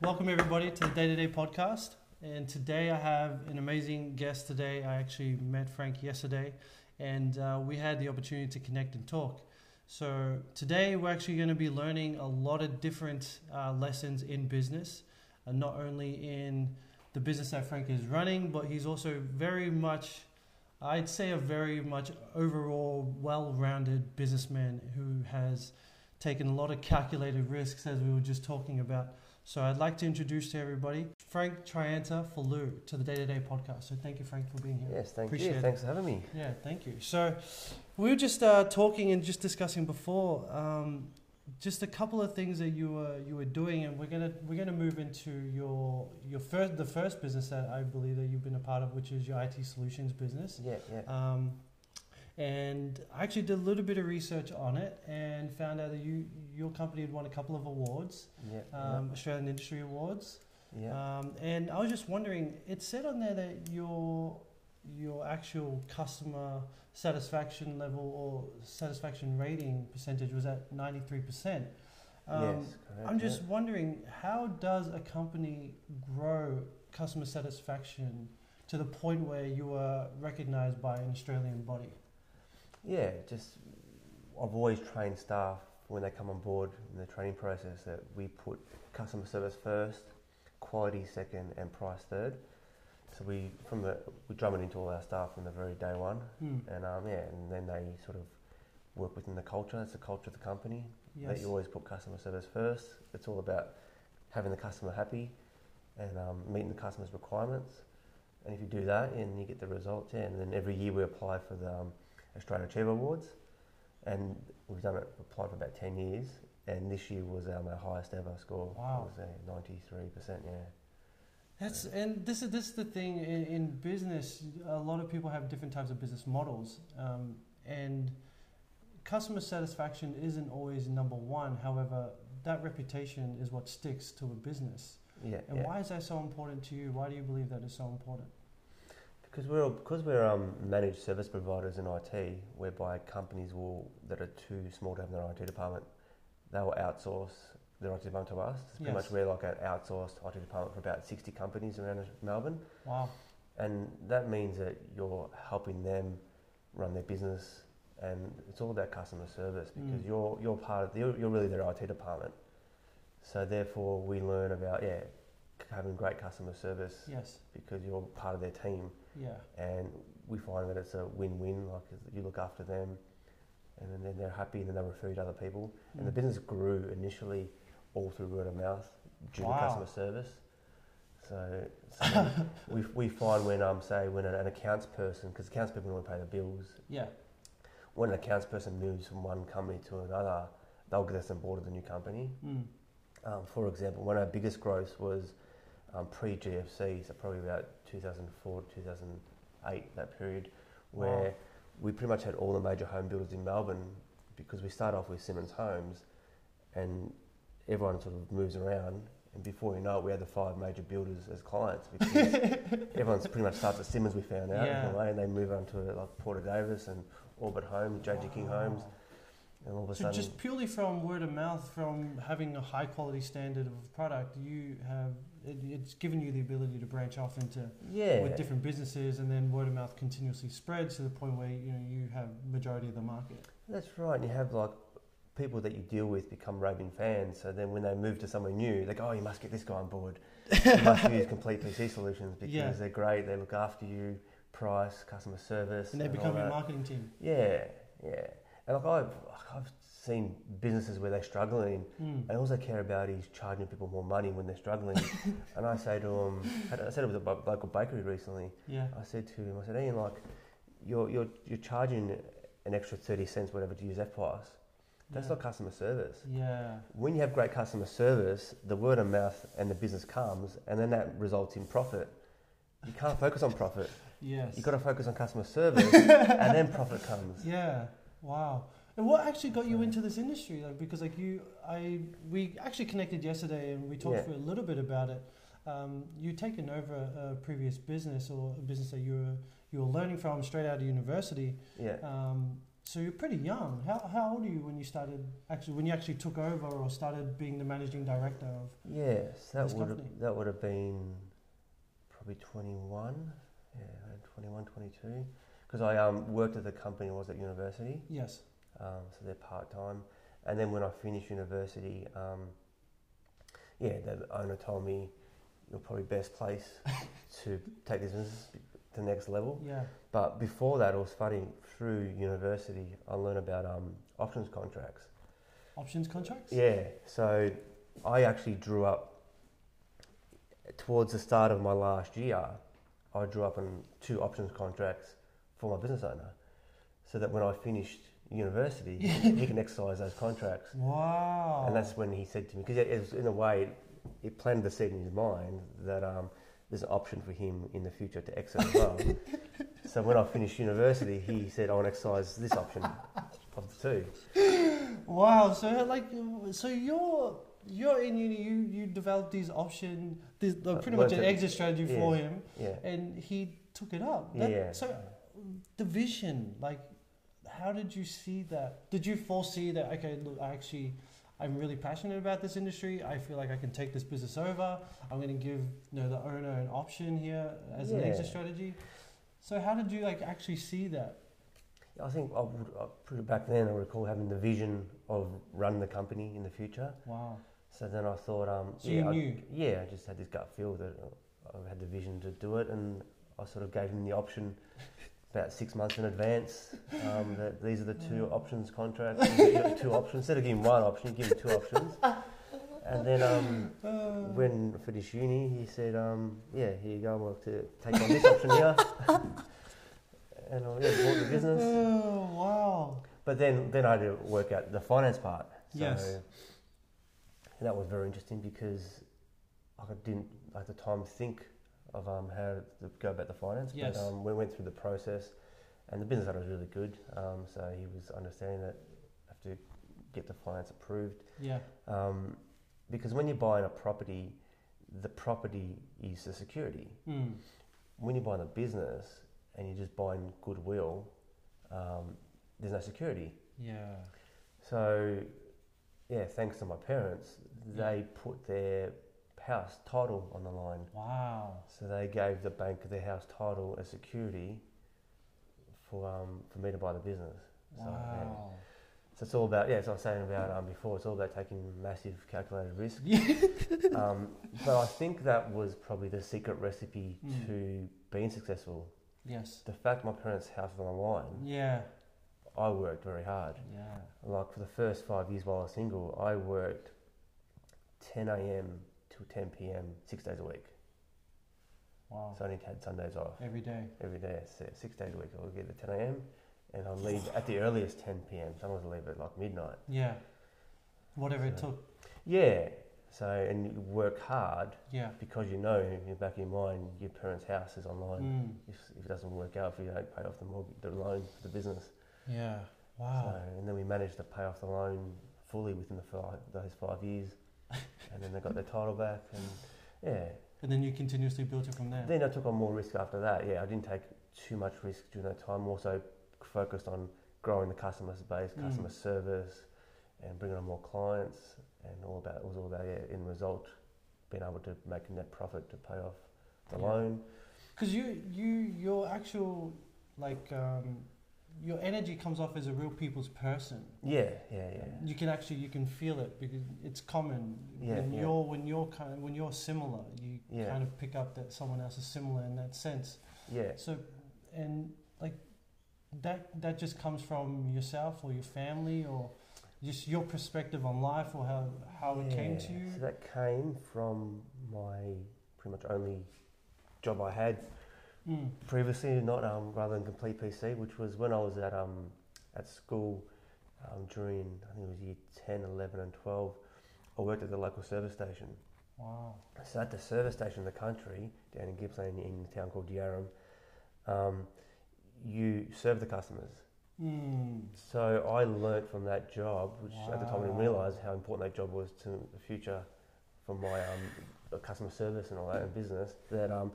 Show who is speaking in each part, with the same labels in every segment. Speaker 1: Welcome everybody to the Day to Day podcast. And today I have an amazing guest. Today I actually met Frank yesterday, and uh, we had the opportunity to connect and talk. So today we're actually going to be learning a lot of different uh, lessons in business, uh, not only in the business that Frank is running, but he's also very much, I'd say, a very much overall well-rounded businessman who has taken a lot of calculated risks, as we were just talking about. So I'd like to introduce to everybody Frank Trianta Falou to the Day to Day podcast. So thank you, Frank, for being here.
Speaker 2: Yes, thank
Speaker 1: Appreciate
Speaker 2: you.
Speaker 1: it.
Speaker 2: Thanks for having me.
Speaker 1: Yeah, thank you. So we were just uh, talking and just discussing before um, just a couple of things that you were you were doing, and we're gonna we're gonna move into your your first the first business that I believe that you've been a part of, which is your IT solutions business.
Speaker 2: Yeah, yeah.
Speaker 1: Um, and I actually did a little bit of research on it and found out that you your company had won a couple of awards,
Speaker 2: Yeah.
Speaker 1: um, Australian Industry Awards.
Speaker 2: yeah. yeah.
Speaker 1: Um, and I was just wondering, it said on there that your your actual customer satisfaction level or satisfaction rating percentage was at ninety three percent. Um,
Speaker 2: yes, correct.
Speaker 1: I'm just
Speaker 2: yeah.
Speaker 1: wondering, how does a company grow customer satisfaction to the point where you are recognised by an Australian body?
Speaker 2: Yeah, just I've always trained staff when they come on board in the training process that we put customer service first, quality second, and price third. So we from the we drum it into all our staff from the very day one,
Speaker 1: Hmm.
Speaker 2: and um, yeah, and then they sort of work within the culture. It's the culture of the company. that
Speaker 1: Yes.
Speaker 2: you always put customer service first. It's all about having the customer happy and um, meeting the customer's requirements. And if you do that, and you get the results, yeah. And then every year we apply for the um, Australian Achiever Awards, and we've done it applied for about ten years. And this year was um, our highest ever score.
Speaker 1: Wow.
Speaker 2: It was ninety three percent. Yeah.
Speaker 1: That's and this is this is the thing in, in business. A lot of people have different types of business models, um, and customer satisfaction isn't always number one. However, that reputation is what sticks to a business.
Speaker 2: Yeah.
Speaker 1: And
Speaker 2: yeah.
Speaker 1: why is that so important to you? Why do you believe that is so important?
Speaker 2: Because we're because we're um, managed service providers in IT, whereby companies will that are too small to have their IT department, they will outsource their IT department to us. It's pretty
Speaker 1: Yes.
Speaker 2: much we're like an outsourced IT department for about sixty companies around Melbourne,
Speaker 1: Wow.
Speaker 2: and that means that you're helping them run their business, and it's all about customer service because
Speaker 1: Mm.
Speaker 2: you're you're part of you're, you're really their IT department. So therefore, we learn about yeah, having great customer service
Speaker 1: Yes.
Speaker 2: because you're part of their team
Speaker 1: Yeah.
Speaker 2: and we find that it's a win-win. Like is that you look after them, and then- then they're happy, and then they refer you to other people. And the
Speaker 1: Mm.
Speaker 2: business grew initially all through word of mouth due
Speaker 1: Wow.
Speaker 2: to customer service. So, so we, we find when um say when an, an accounts person because accounts people want to pay the bills.
Speaker 1: Yeah.
Speaker 2: When an accounts person moves from one company to another, they'll get us on board with the new company.
Speaker 1: Mm.
Speaker 2: Um, for example, one of our biggest growths was um, pre GFC, so probably about 2004 2008, that period, where
Speaker 1: Wow.
Speaker 2: we pretty much had all the major home builders in Melbourne because we started off with Simmons Homes and everyone sort of moves around. And before you know it, we had the five major builders as clients because everyone's pretty much starts at Simmons, we found out,
Speaker 1: Yeah.
Speaker 2: in a way, and they move on to like Porter Davis and Orbit Homes, JJ King Homes,
Speaker 1: Wow.
Speaker 2: and all of a
Speaker 1: So
Speaker 2: sudden.
Speaker 1: just purely from word of mouth, from having a high quality standard of product, you have it, it's given you the ability to branch off into
Speaker 2: yeah.
Speaker 1: with different businesses, and then word of mouth continuously spreads to the point where you know you have majority of the market.
Speaker 2: That's right. And you have like people that you deal with become raving fans. So then when they move to somewhere new, they go, "Oh, you must get this guy on board. You must use complete PC solutions because
Speaker 1: Yeah.
Speaker 2: they're great. They look after you, price, customer service,
Speaker 1: And they
Speaker 2: all
Speaker 1: become your
Speaker 2: that."
Speaker 1: marketing team.
Speaker 2: Yeah, yeah. And like I've I've seen businesses where they're struggling,
Speaker 1: Mm.
Speaker 2: and all they care about is charging people more money when they're struggling. and I say to them, I said it with a bu- local bakery recently.
Speaker 1: Yeah,
Speaker 2: I said to him, I said, Ian, like, you're, you're, you're charging an extra 30 cents, whatever, to use that price. That's
Speaker 1: yeah.
Speaker 2: not customer service.
Speaker 1: Yeah,
Speaker 2: When you have great customer service, the word of mouth and the business comes, and then that results in profit. You can't focus on profit.
Speaker 1: yes.
Speaker 2: You've got to focus on customer service, and then profit comes.
Speaker 1: Yeah. Wow. And what actually got you into this industry? Like, because like you, I, we actually connected yesterday and we talked
Speaker 2: Yeah.
Speaker 1: for a little bit about it. Um, you taken over a previous business or a business that you were you were learning from straight out of university,
Speaker 2: Yeah.
Speaker 1: um, So you're pretty young. How, how old are you when you started actually when you actually took over or started being the managing director of?
Speaker 2: Yes, that
Speaker 1: This
Speaker 2: would have,
Speaker 1: company.
Speaker 2: that would have been probably 21, yeah, around 21, 22. Because I um, worked at the company when I was at university,
Speaker 1: Yes.
Speaker 2: um, so they're part time. And then when I finished university, um, yeah, the owner told me you're probably best place to take this business to the next level.
Speaker 1: Yeah.
Speaker 2: But before that, it was funny. Through university, I learned about um, options contracts.
Speaker 1: Options contracts.
Speaker 2: Yeah, so I actually drew up towards the start of my last year. I drew up on two options contracts for my business owner, so that when I finished university, he can exercise those contracts.
Speaker 1: Wow.
Speaker 2: And that's when he said to me, because it was in a way, it, it planted the seed in his mind that um, there's an option for him in the future to exit as well. so when I finished university, he said, I want to exercise this option of the two.
Speaker 1: Wow. So like, so you're you're in uni. You you developed these option, this the,
Speaker 2: Uh,
Speaker 1: pretty much an
Speaker 2: learned it.
Speaker 1: exit strategy for him,
Speaker 2: Yeah.
Speaker 1: and he took it up. That-
Speaker 2: Yeah.
Speaker 1: So the vision, like, how did you see that? Did you foresee that? Okay, look, I actually. I'm really passionate about this industry. I feel like I can take this business over. I'm going to give you know the owner an option here as an exit
Speaker 2: Yeah.
Speaker 1: strategy. So how did you like actually see that?
Speaker 2: I think I would, I put it back then. I recall having the vision of run the company in the future.
Speaker 1: Wow.
Speaker 2: So then I thought, um,
Speaker 1: So
Speaker 2: yeah,
Speaker 1: you
Speaker 2: I,
Speaker 1: knew.
Speaker 2: yeah, I just had this gut feel that uh, I had the vision to do it, and I sort of gave him the option about six months in advance um, that these are the
Speaker 1: Mm.
Speaker 2: two options contracts, you get two options. Instead of giving one option, give him two options. And then um,
Speaker 1: Uh,
Speaker 2: when I finished uni, he said, um, yeah, here you go, I'm to take on this option here. and I yeah, bought the business.
Speaker 1: oh wow.
Speaker 2: But then, then I had to work out the finance part. So
Speaker 1: Yes.
Speaker 2: and that was very interesting because I didn't at the time think of um, how to go about the finance.
Speaker 1: Yes.
Speaker 2: But um, we went through the process, and the business owner was really good. Um, so he was understanding that I have to get the finance approved.
Speaker 1: Yeah.
Speaker 2: Um, because when you're buying a property, the property is the security
Speaker 1: Mm.
Speaker 2: when you're buying a business and you're just buying goodwill, um, there's no security.
Speaker 1: Yeah.
Speaker 2: So, yeah, thanks to my parents, they put their house title on the line.
Speaker 1: Wow.
Speaker 2: So they gave the bank their house title as security for um, for me to buy the business. So, yeah.
Speaker 1: Wow.
Speaker 2: So it's all about yeah. As I was saying about um, before, it's all about taking massive calculated risk. um, but I think that was probably the secret recipe
Speaker 1: Mm.
Speaker 2: to being successful
Speaker 1: Yes.
Speaker 2: the fact my parents' house was on the line,
Speaker 1: Yeah.
Speaker 2: I worked very hard.
Speaker 1: Yeah.
Speaker 2: Like for the first five years while I was single, I worked 10 a.m. till 10 p.m. six days a week.
Speaker 1: Wow.
Speaker 2: So I only had Sundays off
Speaker 1: Every day.
Speaker 2: every day, so six days a week. I would get at 10 a.m. and I'd leave at the earliest 10 p.m. Sometimes I'd leave at like midnight.
Speaker 1: Yeah. Whatever it
Speaker 2: So-
Speaker 1: took.
Speaker 2: Yeah. So and you work hard
Speaker 1: Yeah.
Speaker 2: because you know in the back of your mind your parents' house is online.
Speaker 1: Mm.
Speaker 2: If, if it doesn't work out for you, you don't pay off the mortgage, the loan for the business.
Speaker 1: Yeah. Wow.
Speaker 2: So, and then we managed to pay off the loan fully within the five, those five years, and then they got their title back, and yeah.
Speaker 1: And then you continuously built it from there.
Speaker 2: Then uh, I took on more risk after that. Yeah, I didn't take too much risk during that time. Also focused on growing the customer base,
Speaker 1: Mm.
Speaker 2: customer service, and bringing on more clients, and all about it was all about yeah, in result being able to make a net profit to pay off the
Speaker 1: Yeah.
Speaker 2: loan.
Speaker 1: Because you, you, your actual, like, um, your energy comes off as a real people's person.
Speaker 2: Yeah, yeah, yeah.
Speaker 1: You can actually, you can feel it because it's common.
Speaker 2: Yeah,
Speaker 1: when
Speaker 2: yeah.
Speaker 1: you're, when you're kind, when you're similar, you
Speaker 2: Yeah.
Speaker 1: kind of pick up that someone else is similar in that sense.
Speaker 2: Yeah.
Speaker 1: So, and like that that just comes from yourself or your family or just your perspective on life or how how it came to
Speaker 2: Yeah,
Speaker 1: you.
Speaker 2: So that came from my pretty much only job I had
Speaker 1: Mm.
Speaker 2: previously, not um, rather than complete PC, which was when I was at um, at school um, during I think it was year 10, 11, and 12. I worked at the local service station.
Speaker 1: Wow.
Speaker 2: So at the service station in the country, down in Gippsland, in a town called Yarram, um, you serve the customers.
Speaker 1: Mm.
Speaker 2: So I learnt from that job, which at the time I didn't
Speaker 1: Wow.
Speaker 2: realise how important that job was to the future for my um, uh, customer service and all that and business, that um,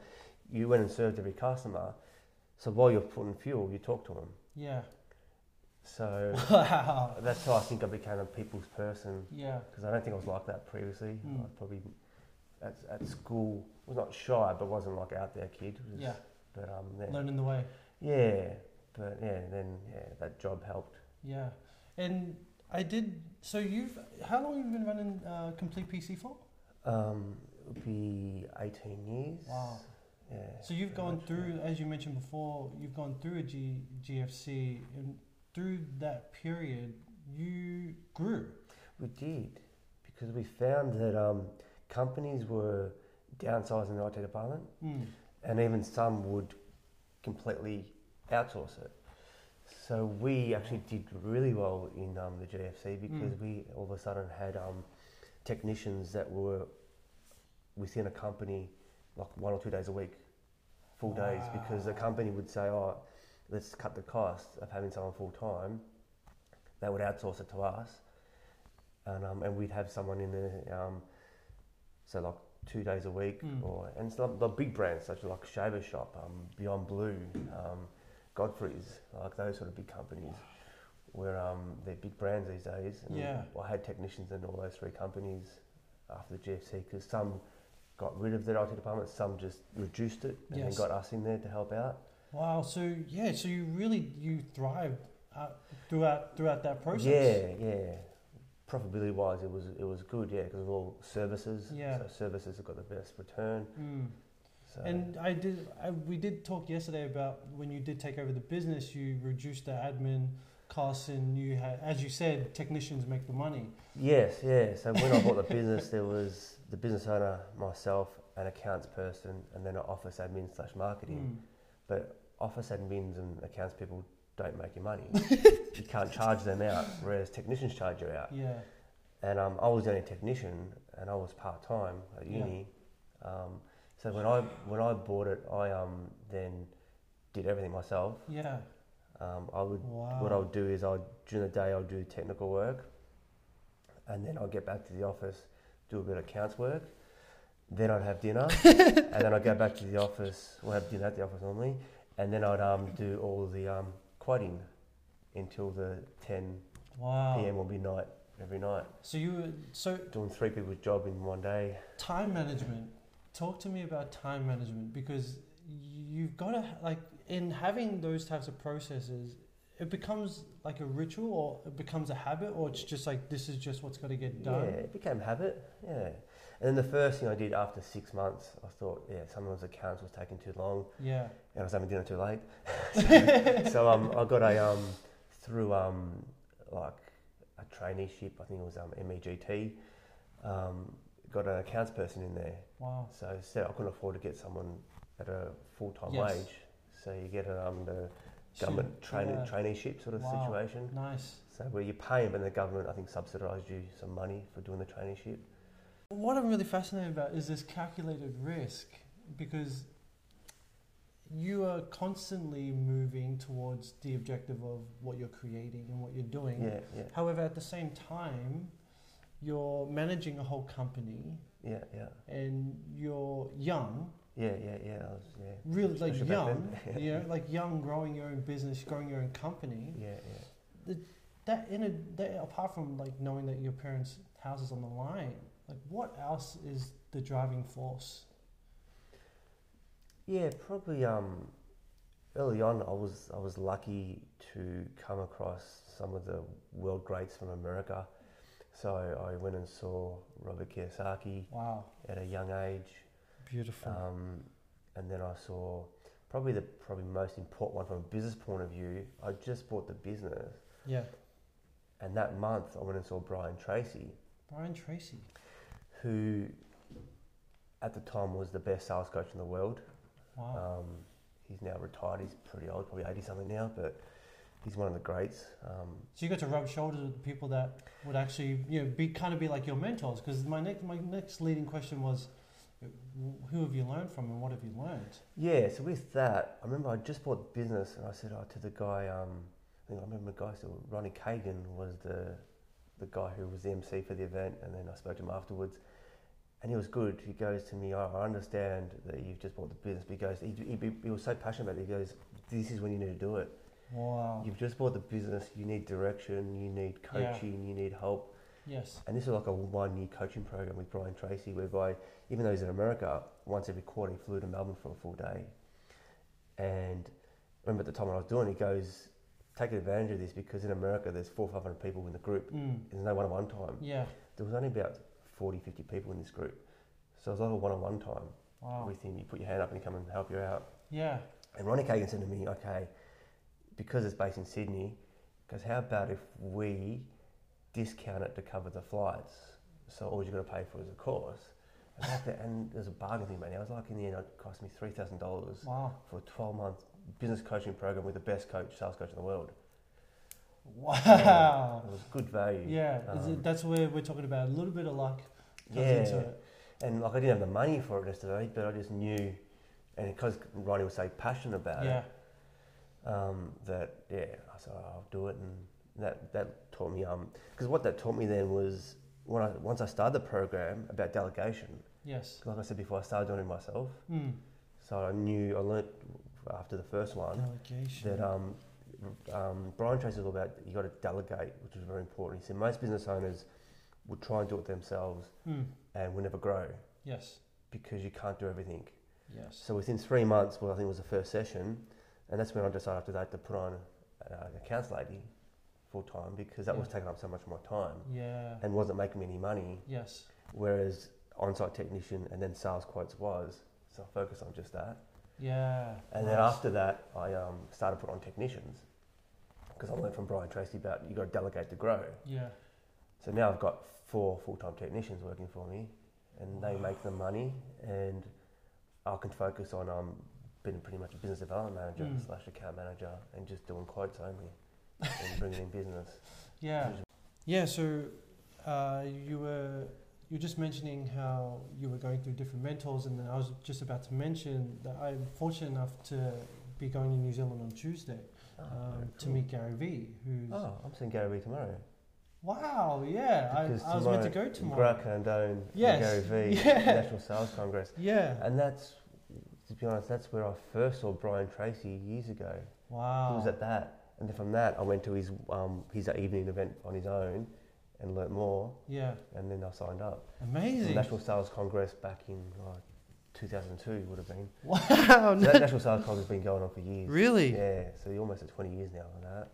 Speaker 2: you went and served every customer. So while you're putting fuel, you talk to them.
Speaker 1: Yeah.
Speaker 2: So
Speaker 1: Wow.
Speaker 2: that's how I think I became a people's person
Speaker 1: Yeah.
Speaker 2: because I don't think I was like that previously.
Speaker 1: Mm.
Speaker 2: I probably at, at school was not shy, but wasn't like out there kid. Was-
Speaker 1: Yeah.
Speaker 2: But um, then,
Speaker 1: Learning the way.
Speaker 2: yeah, but yeah, then yeah, that job helped.
Speaker 1: Yeah. And I did. So you've how long have you been running uh, Complete PC for?
Speaker 2: Um, it would be eighteen years.
Speaker 1: Wow.
Speaker 2: Yeah.
Speaker 1: So you've
Speaker 2: pretty
Speaker 1: gone
Speaker 2: much,
Speaker 1: through, as you mentioned before, you've gone through a G, GFC, and through that period, you grew.
Speaker 2: We did because we found that um, companies were downsizing the IT department,
Speaker 1: Mm.
Speaker 2: and even some would completely outsource it. So we actually did really well in um, the GFC because
Speaker 1: Mm.
Speaker 2: we all of a sudden had um, technicians that were within a company like one or two days a week, full days, because the
Speaker 1: Wow.
Speaker 2: company would say, "Oh, let's cut the cost of having someone full time." They would outsource it to us, and um, and we'd have someone in there, um, so like two days a week,
Speaker 1: Mm.
Speaker 2: or and it's like the big brands such as like Shaver Shop, um, Beyond Blue, um, Godfrey's, like those sort of big companies, where um, they're big brands these days. And
Speaker 1: Yeah.
Speaker 2: I had technicians in all those three companies after the GFC because some got rid of their IT department, some just reduced it, and
Speaker 1: Yes.
Speaker 2: then got us in there to help out.
Speaker 1: Wow. So yeah. So you really you thrived uh, throughout throughout that process.
Speaker 2: Yeah, yeah. Profitability wise, it was it was good, yeah, because of all services.
Speaker 1: Yeah.
Speaker 2: So services have got the best return.
Speaker 1: Mm.
Speaker 2: So
Speaker 1: And I did. I, we did talk yesterday about when you did take over the business, you reduced the admin costs, and you had, as you said, technicians make the money.
Speaker 2: yes, yeah. So when I bought the business, there was the business owner, myself, an accounts person, and then an office admin slash marketing.
Speaker 1: Mm.
Speaker 2: But office admins and accounts people don't make your money. you can't charge them out, whereas technicians charge you out.
Speaker 1: Yeah.
Speaker 2: And um, I was the only technician, and I was part time at
Speaker 1: Yeah.
Speaker 2: uni. Um, so when I when I bought it, I um, then did everything myself.
Speaker 1: Yeah.
Speaker 2: Um, I would
Speaker 1: Wow.
Speaker 2: what I would do is I would during the day I would do technical work, and then I'd get back to the office, do a bit of accounts work. Then I'd have dinner, and then I'd go back to the office. We'll have dinner at the office normally, and then I'd um, do all the um, quoting until the 10
Speaker 1: Wow.
Speaker 2: p.m. or midnight every night.
Speaker 1: So you were, so
Speaker 2: Doing three people's job in one day.
Speaker 1: time management. Talk to me about time management because you've got to like in having those types of processes, it becomes like a ritual or it becomes a habit or it's just like this is just what's got to get
Speaker 2: Yeah,
Speaker 1: done.
Speaker 2: it became habit. Yeah. And then the first thing I did after six months, I thought, yeah, someone's accounts was taking too long,
Speaker 1: Yeah.
Speaker 2: and I was having dinner too late. so so um, I got a um, through um, like a traineeship. I think it was um, MEGT. Um, got an accounts person in there.
Speaker 1: Wow.
Speaker 2: So, so I couldn't afford to get someone at a full time
Speaker 1: Yes.
Speaker 2: wage. So you get a um, the
Speaker 1: So-
Speaker 2: government train-
Speaker 1: yeah.
Speaker 2: traineeship sort of
Speaker 1: Wow.
Speaker 2: situation.
Speaker 1: Nice.
Speaker 2: So where you pay them and the government, I think, subsidised you some money for doing the traineeship.
Speaker 1: What I'm really fascinated about is this calculated risk because you are constantly moving towards the objective of what you're creating and what you're doing.
Speaker 2: Yeah, yeah,
Speaker 1: However, at the same time, you're managing a whole company
Speaker 2: yeah, yeah,
Speaker 1: and you're young,
Speaker 2: yeah, yeah, yeah. I was, yeah,
Speaker 1: really like
Speaker 2: Especially back
Speaker 1: young,
Speaker 2: then.
Speaker 1: you know, like young, growing your own business, growing your own company.
Speaker 2: yeah, yeah.
Speaker 1: That in a that apart from like knowing that your parents' house is on the line, like what else is the driving force?
Speaker 2: Yeah, probably. Um, early on, I was I was lucky to come across some of the world greats from America. So I went and saw Robert Kiyosaki
Speaker 1: Wow,
Speaker 2: at a young age,
Speaker 1: beautiful.
Speaker 2: um, and then I saw probably the probably most important one from a business point of view. I just bought the business,
Speaker 1: yeah,
Speaker 2: and that month I went and saw Brian Tracy,
Speaker 1: Brian Tracy.
Speaker 2: who at the time was the best sales coach in the world.
Speaker 1: Wow,
Speaker 2: Um, he's now retired. He's pretty old, probably 80 something now, but he's one of the greats. Um,
Speaker 1: so you got to rub shoulders with the people that would actually you know be kind of be like your mentors. Because my next my next leading question was, wh- who have you learned from and what have you learned?
Speaker 2: yeah, so with that, I remember I just bought the business and I said oh, to the guy, um, I think I remember the guy, so Ronnie Kagan was the, the guy who was the MC for the event, and then I spoke to him afterwards. And he was good. He goes to me, I I understand that you've just bought the business, but he goes, he, he, he was so passionate about it. He goes, This is when you need to do it.
Speaker 1: Wow.
Speaker 2: You've just bought the business. You need direction. You need
Speaker 1: Yeah.
Speaker 2: coaching. You need help.
Speaker 1: Yes.
Speaker 2: And this is like a one year coaching program with Brian Tracy, whereby even though he's in America, once every quarter he flew to Melbourne for a full day. And I remember at the time when I was doing, it, he goes, Take advantage of this because in America there's four or 500 people in the group.
Speaker 1: Mm.
Speaker 2: There's no one on one time.
Speaker 1: Yeah.
Speaker 2: There was only about 40, 50 people in this group. So it was like a one on one time
Speaker 1: Wow.
Speaker 2: with him. You put your hand up and he come and help you out.
Speaker 1: Yeah.
Speaker 2: And Ronnie Kagan said to me, okay, because it's based in Sydney, because how about if we discount it to cover the flights? So all you've got to pay for is a course. And, that, and there's a bargain thing, man. I was like, in the end, it cost me $3,000
Speaker 1: Wow.
Speaker 2: for a 12 month business coaching program with the best coach, sales coach in the world.
Speaker 1: Wow.
Speaker 2: It was good value.
Speaker 1: Yeah. is it-
Speaker 2: Um,
Speaker 1: that's where we're talking about a little bit of luck goes into
Speaker 2: Yeah.
Speaker 1: it.
Speaker 2: And like, I didn't have the money for it necessarily, but I just knew, and because Ronnie was so passionate about it,
Speaker 1: Yeah.
Speaker 2: um, that yeah, I said "Oh, I'll do it, and that that taught me um because what that taught me then was when I once I started the program about delegation.
Speaker 1: Yes.
Speaker 2: Like I said before, I started doing it myself,
Speaker 1: Mm.
Speaker 2: so I knew I learnt after the first one
Speaker 1: Delegation.
Speaker 2: that um. Um, Brian Tracy was all about you got to delegate, which is very important. He said most business owners would try and do it themselves
Speaker 1: Mm.
Speaker 2: and will never grow
Speaker 1: Yes.
Speaker 2: because you can't do everything.
Speaker 1: Yes.
Speaker 2: So within three months, well, I think it was the first session, and that's when I decided after that to put on uh, an accounts lady full time because that was
Speaker 1: Yeah.
Speaker 2: taking up so much of my time
Speaker 1: Yeah.
Speaker 2: and wasn't making me any money.
Speaker 1: Yes.
Speaker 2: Whereas on-site technician and then sales quotes was, so I focused on just that.
Speaker 1: Yeah.
Speaker 2: And then after that, I um, started putting on technicians because I learned from Brian Tracy about you got to delegate to grow.
Speaker 1: Yeah.
Speaker 2: So now I've got four full-time technicians working for me, and they make the money, and I can focus on um, being pretty much a business development manager
Speaker 1: Mm.
Speaker 2: slash account manager, and just doing quotes only, and bringing in business.
Speaker 1: Yeah. Yeah. So uh, you were you were just mentioning how you were going through different mentors, and then I was just about to mention that I'm fortunate enough to be going to New Zealand on Tuesday
Speaker 2: Oh,
Speaker 1: um,
Speaker 2: very
Speaker 1: to
Speaker 2: cool.
Speaker 1: meet Gary Vee, who's
Speaker 2: Oh, I'm seeing Gary Vee tomorrow.
Speaker 1: wow, yeah, I, I was
Speaker 2: Because
Speaker 1: meant to go tomorrow.
Speaker 2: Grant Candone,
Speaker 1: Yes,
Speaker 2: and Gary Vee,
Speaker 1: yeah.
Speaker 2: National Sales Congress,
Speaker 1: Yeah,
Speaker 2: and that's to be honest, that's where I first saw Brian Tracy years ago. He
Speaker 1: wow.
Speaker 2: was at that, and then from that, I went to his um, his evening event on his own, and learnt more.
Speaker 1: Yeah,
Speaker 2: and then I signed up. The
Speaker 1: amazing.
Speaker 2: National Sales Congress back in like 2002 would have been.
Speaker 1: Wow,
Speaker 2: So that National Sales Congress has been going on for years.
Speaker 1: really?
Speaker 2: Yeah, so you're almost at 20 years now on that.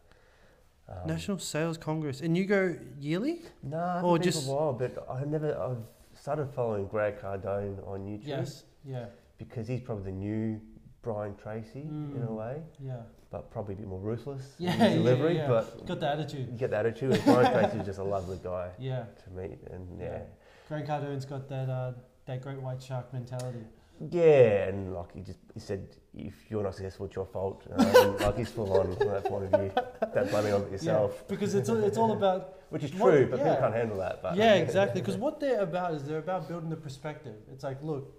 Speaker 2: Um,
Speaker 1: National Sales Congress, and you go yearly?
Speaker 2: Nah,
Speaker 1: or
Speaker 2: or just
Speaker 1: just-
Speaker 2: for a while, but I never. I've started following Greg Cardone on YouTube
Speaker 1: Yes. Yeah.
Speaker 2: because he's probably the new Brian Tracy in a
Speaker 1: Mm.
Speaker 2: way,
Speaker 1: Yeah.
Speaker 2: but probably a bit more ruthless
Speaker 1: Yeah,
Speaker 2: in
Speaker 1: yeah,
Speaker 2: his delivery.
Speaker 1: yeah.
Speaker 2: But Mm.
Speaker 1: Got the attitude.
Speaker 2: you get the attitude. And Brian Tracy's just a lovely guy
Speaker 1: Yeah.
Speaker 2: to meet, and yeah.
Speaker 1: Yeah. Grant Cardone's got that uh, that great white shark mentality.
Speaker 2: Yeah, and like he just he said, if you're not successful, it's your fault. Uh, and, like he's full on from that point of view. Don't blame it on yourself,
Speaker 1: Yeah, because it's all, it's all about
Speaker 2: which is
Speaker 1: What-
Speaker 2: true, but people
Speaker 1: yeah.
Speaker 2: can't handle that. But
Speaker 1: yeah exactly because what they're about is they're about building the perspective. It's like look,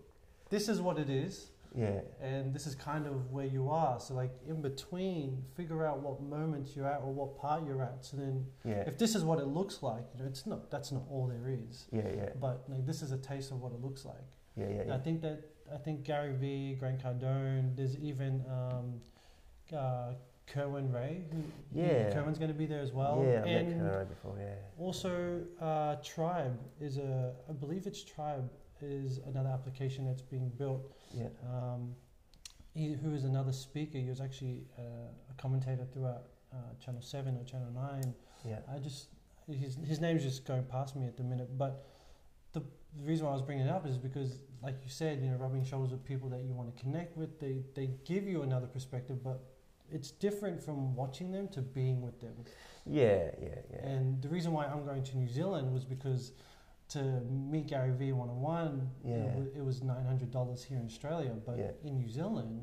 Speaker 1: this is what it is,
Speaker 2: yeah,
Speaker 1: and this is kind of where you are. So like in between, figure out what moment you're at or what part you're at. So then,
Speaker 2: yeah,
Speaker 1: if this is what it looks like, you know, it's not that's not all there is,
Speaker 2: yeah, yeah,
Speaker 1: but like this is a taste of what it looks like.
Speaker 2: yeah, yeah,
Speaker 1: I
Speaker 2: yeah.
Speaker 1: think that I think Gary Vee, Grant Cardone. There's even um, uh, Kerwin Ray. Who,
Speaker 2: Yeah.
Speaker 1: Kerwin's going to be there as well.
Speaker 2: yeah, I met
Speaker 1: and
Speaker 2: Conrad before. Yeah,
Speaker 1: also uh, Tribe is a I believe it's Tribe is another application that's being built.
Speaker 2: yeah,
Speaker 1: Um, he, who is another speaker? He was actually uh, a commentator throughout uh, Channel Seven or Channel Nine.
Speaker 2: yeah,
Speaker 1: I just his his name's just going past me at the minute, but the, the reason why I was bringing it up is because, like you said, you know, rubbing shoulders with people that you want to connect with, they they give you another perspective, but it's different from watching them to being with them.
Speaker 2: yeah, yeah, yeah.
Speaker 1: And the reason why I'm going to New Zealand was because to meet Gary Vee one on one,
Speaker 2: Yeah.
Speaker 1: it was nine hundred dollars here in Australia, but
Speaker 2: Yeah.
Speaker 1: in New Zealand,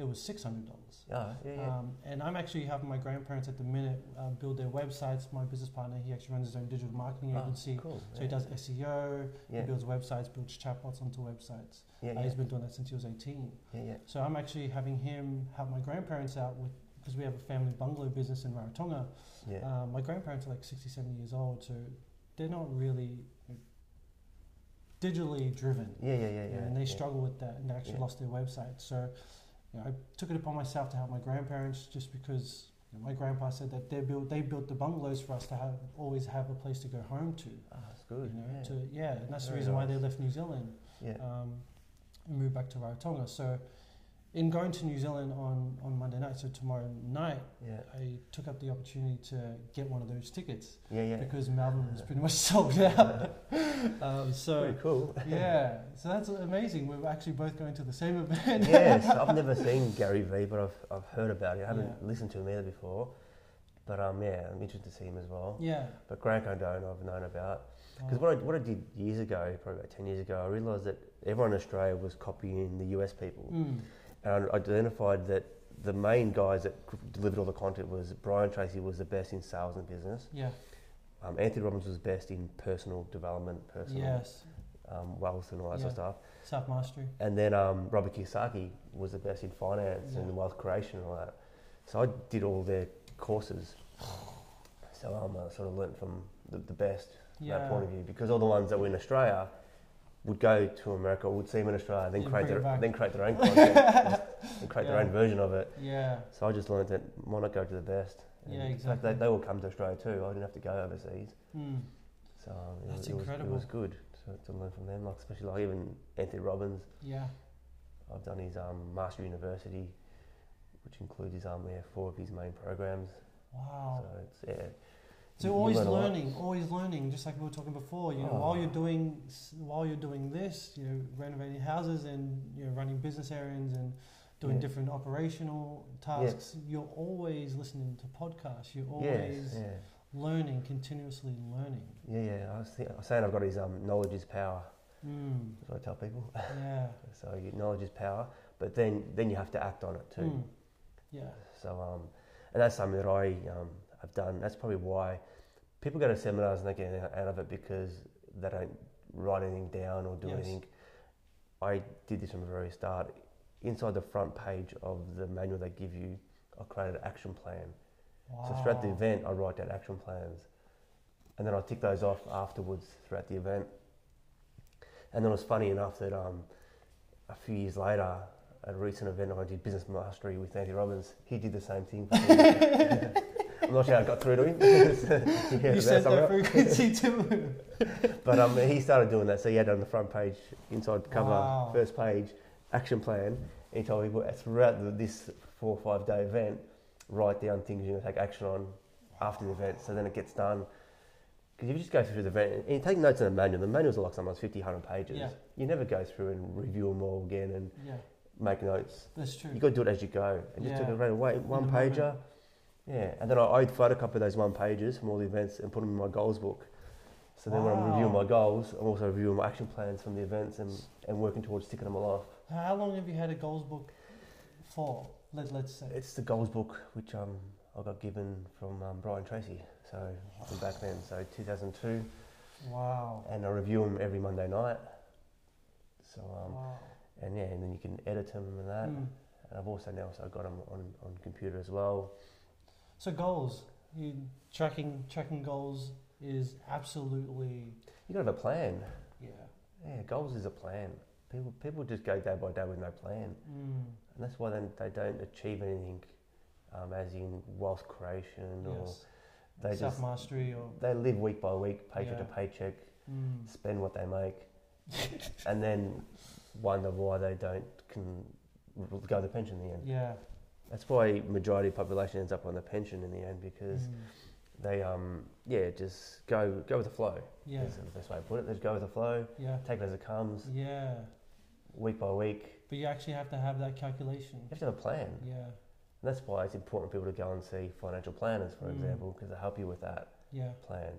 Speaker 1: it was six hundred dollars.
Speaker 2: Oh, yeah, yeah.
Speaker 1: Um, and I'm actually helping my grandparents at the minute uh, build their websites. My business partner, he actually runs his own digital marketing
Speaker 2: Oh,
Speaker 1: agency.
Speaker 2: cool.
Speaker 1: So he does SEO,
Speaker 2: Yeah,
Speaker 1: he builds websites, builds chatbots onto websites.
Speaker 2: yeah,
Speaker 1: Uh,
Speaker 2: yeah,
Speaker 1: he's been doing that since he was 18.
Speaker 2: yeah, yeah.
Speaker 1: So I'm actually having him help my grandparents out with, because we have a family bungalow business in Rarotonga.
Speaker 2: yeah.
Speaker 1: Uh, my grandparents are like 60, 70 years old, so they're not really digitally driven.
Speaker 2: Yeah, yeah, yeah,
Speaker 1: Yeah,
Speaker 2: yeah.
Speaker 1: and they
Speaker 2: yeah.
Speaker 1: struggled with that and they actually
Speaker 2: Yeah.
Speaker 1: lost their website. So you know, I took it upon myself to help my grandparents just because My grandpa said that they built they built the bungalows for us to have always have a place to go home to.
Speaker 2: Oh, that's good.
Speaker 1: You know,
Speaker 2: yeah.
Speaker 1: to yeah, and that's the
Speaker 2: Very
Speaker 1: reason why they
Speaker 2: nice.
Speaker 1: left New Zealand
Speaker 2: yeah.
Speaker 1: um, and moved back to Rarotonga. So, in going to New Zealand on on Monday night, so tomorrow night,
Speaker 2: yeah.
Speaker 1: I took up the opportunity to get one of those tickets
Speaker 2: Yeah. Yeah.
Speaker 1: because Melbourne was pretty much sold out. um, so
Speaker 2: Pretty cool.
Speaker 1: yeah, so that's amazing. We're actually both going to the same event.
Speaker 2: yes, I've never seen Gary Vee, but I've, I've heard about it. I haven't
Speaker 1: Yeah.
Speaker 2: listened to him either before. But um, yeah, I'm interested to see him as well.
Speaker 1: yeah. Oh.
Speaker 2: But Grant Cardone, I've known about. Because
Speaker 1: Wow.
Speaker 2: what I, what I did years ago, probably about 10 years ago, I realised that everyone in Australia was copying the US people.
Speaker 1: Mm,
Speaker 2: And I identified that the main guys that c- delivered all the content was Brian Tracy was the best in sales and business.
Speaker 1: yeah.
Speaker 2: Um, Anthony Robbins was best in personal development, personal
Speaker 1: Yes.
Speaker 2: um, wealth and all that sort of
Speaker 1: Yeah.
Speaker 2: stuff.
Speaker 1: Self mastery.
Speaker 2: And then um, Robert Kiyosaki was the best in finance
Speaker 1: Yeah.
Speaker 2: and wealth creation and all that. So I did all their courses. So um, I sort of learnt from the, the best from
Speaker 1: Yeah.
Speaker 2: that point of view because all the ones that were in Australia would go to America, would see them in Australia, then
Speaker 1: Yeah,
Speaker 2: create
Speaker 1: bring it
Speaker 2: their
Speaker 1: back.
Speaker 2: then create their own content and and create their
Speaker 1: Yeah.
Speaker 2: own version of it.
Speaker 1: Yeah.
Speaker 2: So I just learnt that why not go to the best? And
Speaker 1: Yeah,
Speaker 2: in fact,
Speaker 1: exactly.
Speaker 2: They, they all come to Australia too. I didn't have to go overseas.
Speaker 1: Mm,
Speaker 2: So um, it
Speaker 1: That's
Speaker 2: was-
Speaker 1: incredible.
Speaker 2: It was, it was good to, to learn from them, like especially like even Anthony Robbins.
Speaker 1: yeah.
Speaker 2: I've done his um, Master University, which includes his um, yeah, four of his main programs.
Speaker 1: Wow.
Speaker 2: So it's yeah.
Speaker 1: So
Speaker 2: You- you
Speaker 1: always
Speaker 2: learn a lot.
Speaker 1: learning, always learning, just like we were talking before. You know, while you're
Speaker 2: Oh.
Speaker 1: doing s- while you're doing this, you know, renovating houses and you know running business errands and doing
Speaker 2: Yeah.
Speaker 1: different operational tasks, you're always listening to podcasts. You're always
Speaker 2: Yes, yeah.
Speaker 1: learning, continuously learning.
Speaker 2: Yeah, yeah. I was, th- I was saying I've got his um, knowledge is power.
Speaker 1: Mm,
Speaker 2: That's what I tell people.
Speaker 1: yeah.
Speaker 2: So you, knowledge is power, but then then you have to act on it too.
Speaker 1: Mm, yeah.
Speaker 2: So um, and that's something that I um, have done. That's probably why people go to seminars and they get anything out of it because they don't write anything down or do
Speaker 1: Yes.
Speaker 2: anything. I did this from the very start. Inside the front page of the manual they give you, I created an action plan.
Speaker 1: Wow.
Speaker 2: So throughout the event, I write down action plans, and then I tick those off afterwards throughout the event. And then it was funny enough that um, a few years later, at a recent event I did business mastery with Andy Robbins, he did the same thing. For me. I'm not sure how I got through to him. Yeah,
Speaker 1: you
Speaker 2: that's
Speaker 1: said
Speaker 2: somewhere
Speaker 1: that
Speaker 2: else.
Speaker 1: frequency too.
Speaker 2: But um, he started doing that. So he had on the front page, inside cover,
Speaker 1: Wow.
Speaker 2: first page, action plan. And he told people throughout the, this four or five day event, write down things you're going to take action on after the event. So then it gets done. Because if you just go through the event and you take notes in the manual, the manuals are like sometimes 50, 100 pages.
Speaker 1: Yeah.
Speaker 2: You never go through and review them all again and
Speaker 1: yeah,
Speaker 2: make notes.
Speaker 1: that's true.
Speaker 2: you got to do it as you go. And just
Speaker 1: Yeah.
Speaker 2: took it right away, one
Speaker 1: the
Speaker 2: pager.
Speaker 1: moment.
Speaker 2: Yeah, and then I, I'd photocopy those one pages from all the events and put them in my goals book. So then when I'm reviewing
Speaker 1: Wow.
Speaker 2: my goals, I'm also reviewing my action plans from the events and, and working towards sticking them off.
Speaker 1: How long have you had a goals book for? Let, let's say.
Speaker 2: It's the goals book which um, I got given from um, Brian Tracy, so from back then, so 2002,
Speaker 1: Wow.
Speaker 2: and I review them every Monday night. So um,
Speaker 1: wow.
Speaker 2: and yeah, and then you can edit them and that.
Speaker 1: Mm.
Speaker 2: And I've also now also got them on, on computer as well.
Speaker 1: So goals, you, tracking tracking goals is absolutely
Speaker 2: You got to have a plan.
Speaker 1: yeah.
Speaker 2: Yeah, goals is a plan. People people just go day by day with no plan,
Speaker 1: Mm.
Speaker 2: and that's why they, they don't achieve anything, um, as in wealth creation or
Speaker 1: Yes.
Speaker 2: they just-
Speaker 1: Self mastery or
Speaker 2: they live week by week, paycheck to
Speaker 1: Yeah.
Speaker 2: paycheck,
Speaker 1: mm.
Speaker 2: spend what they make, and then wonder why they don't can go the pension in the end.
Speaker 1: yeah.
Speaker 2: That's why majority of population ends up on the pension in the end because
Speaker 1: Mm.
Speaker 2: they um yeah just go go with the flow.
Speaker 1: Yeah. Mm.
Speaker 2: Is the best way to put it. They just go with the flow,
Speaker 1: Yeah.
Speaker 2: take it as it comes,
Speaker 1: Yeah.
Speaker 2: week by week.
Speaker 1: But you actually have to have that calculation.
Speaker 2: You have to have a plan.
Speaker 1: Yeah.
Speaker 2: And that's why it's important for people to go and see financial planners, for
Speaker 1: Mm.
Speaker 2: example, because they help you with that
Speaker 1: Yeah.
Speaker 2: plan.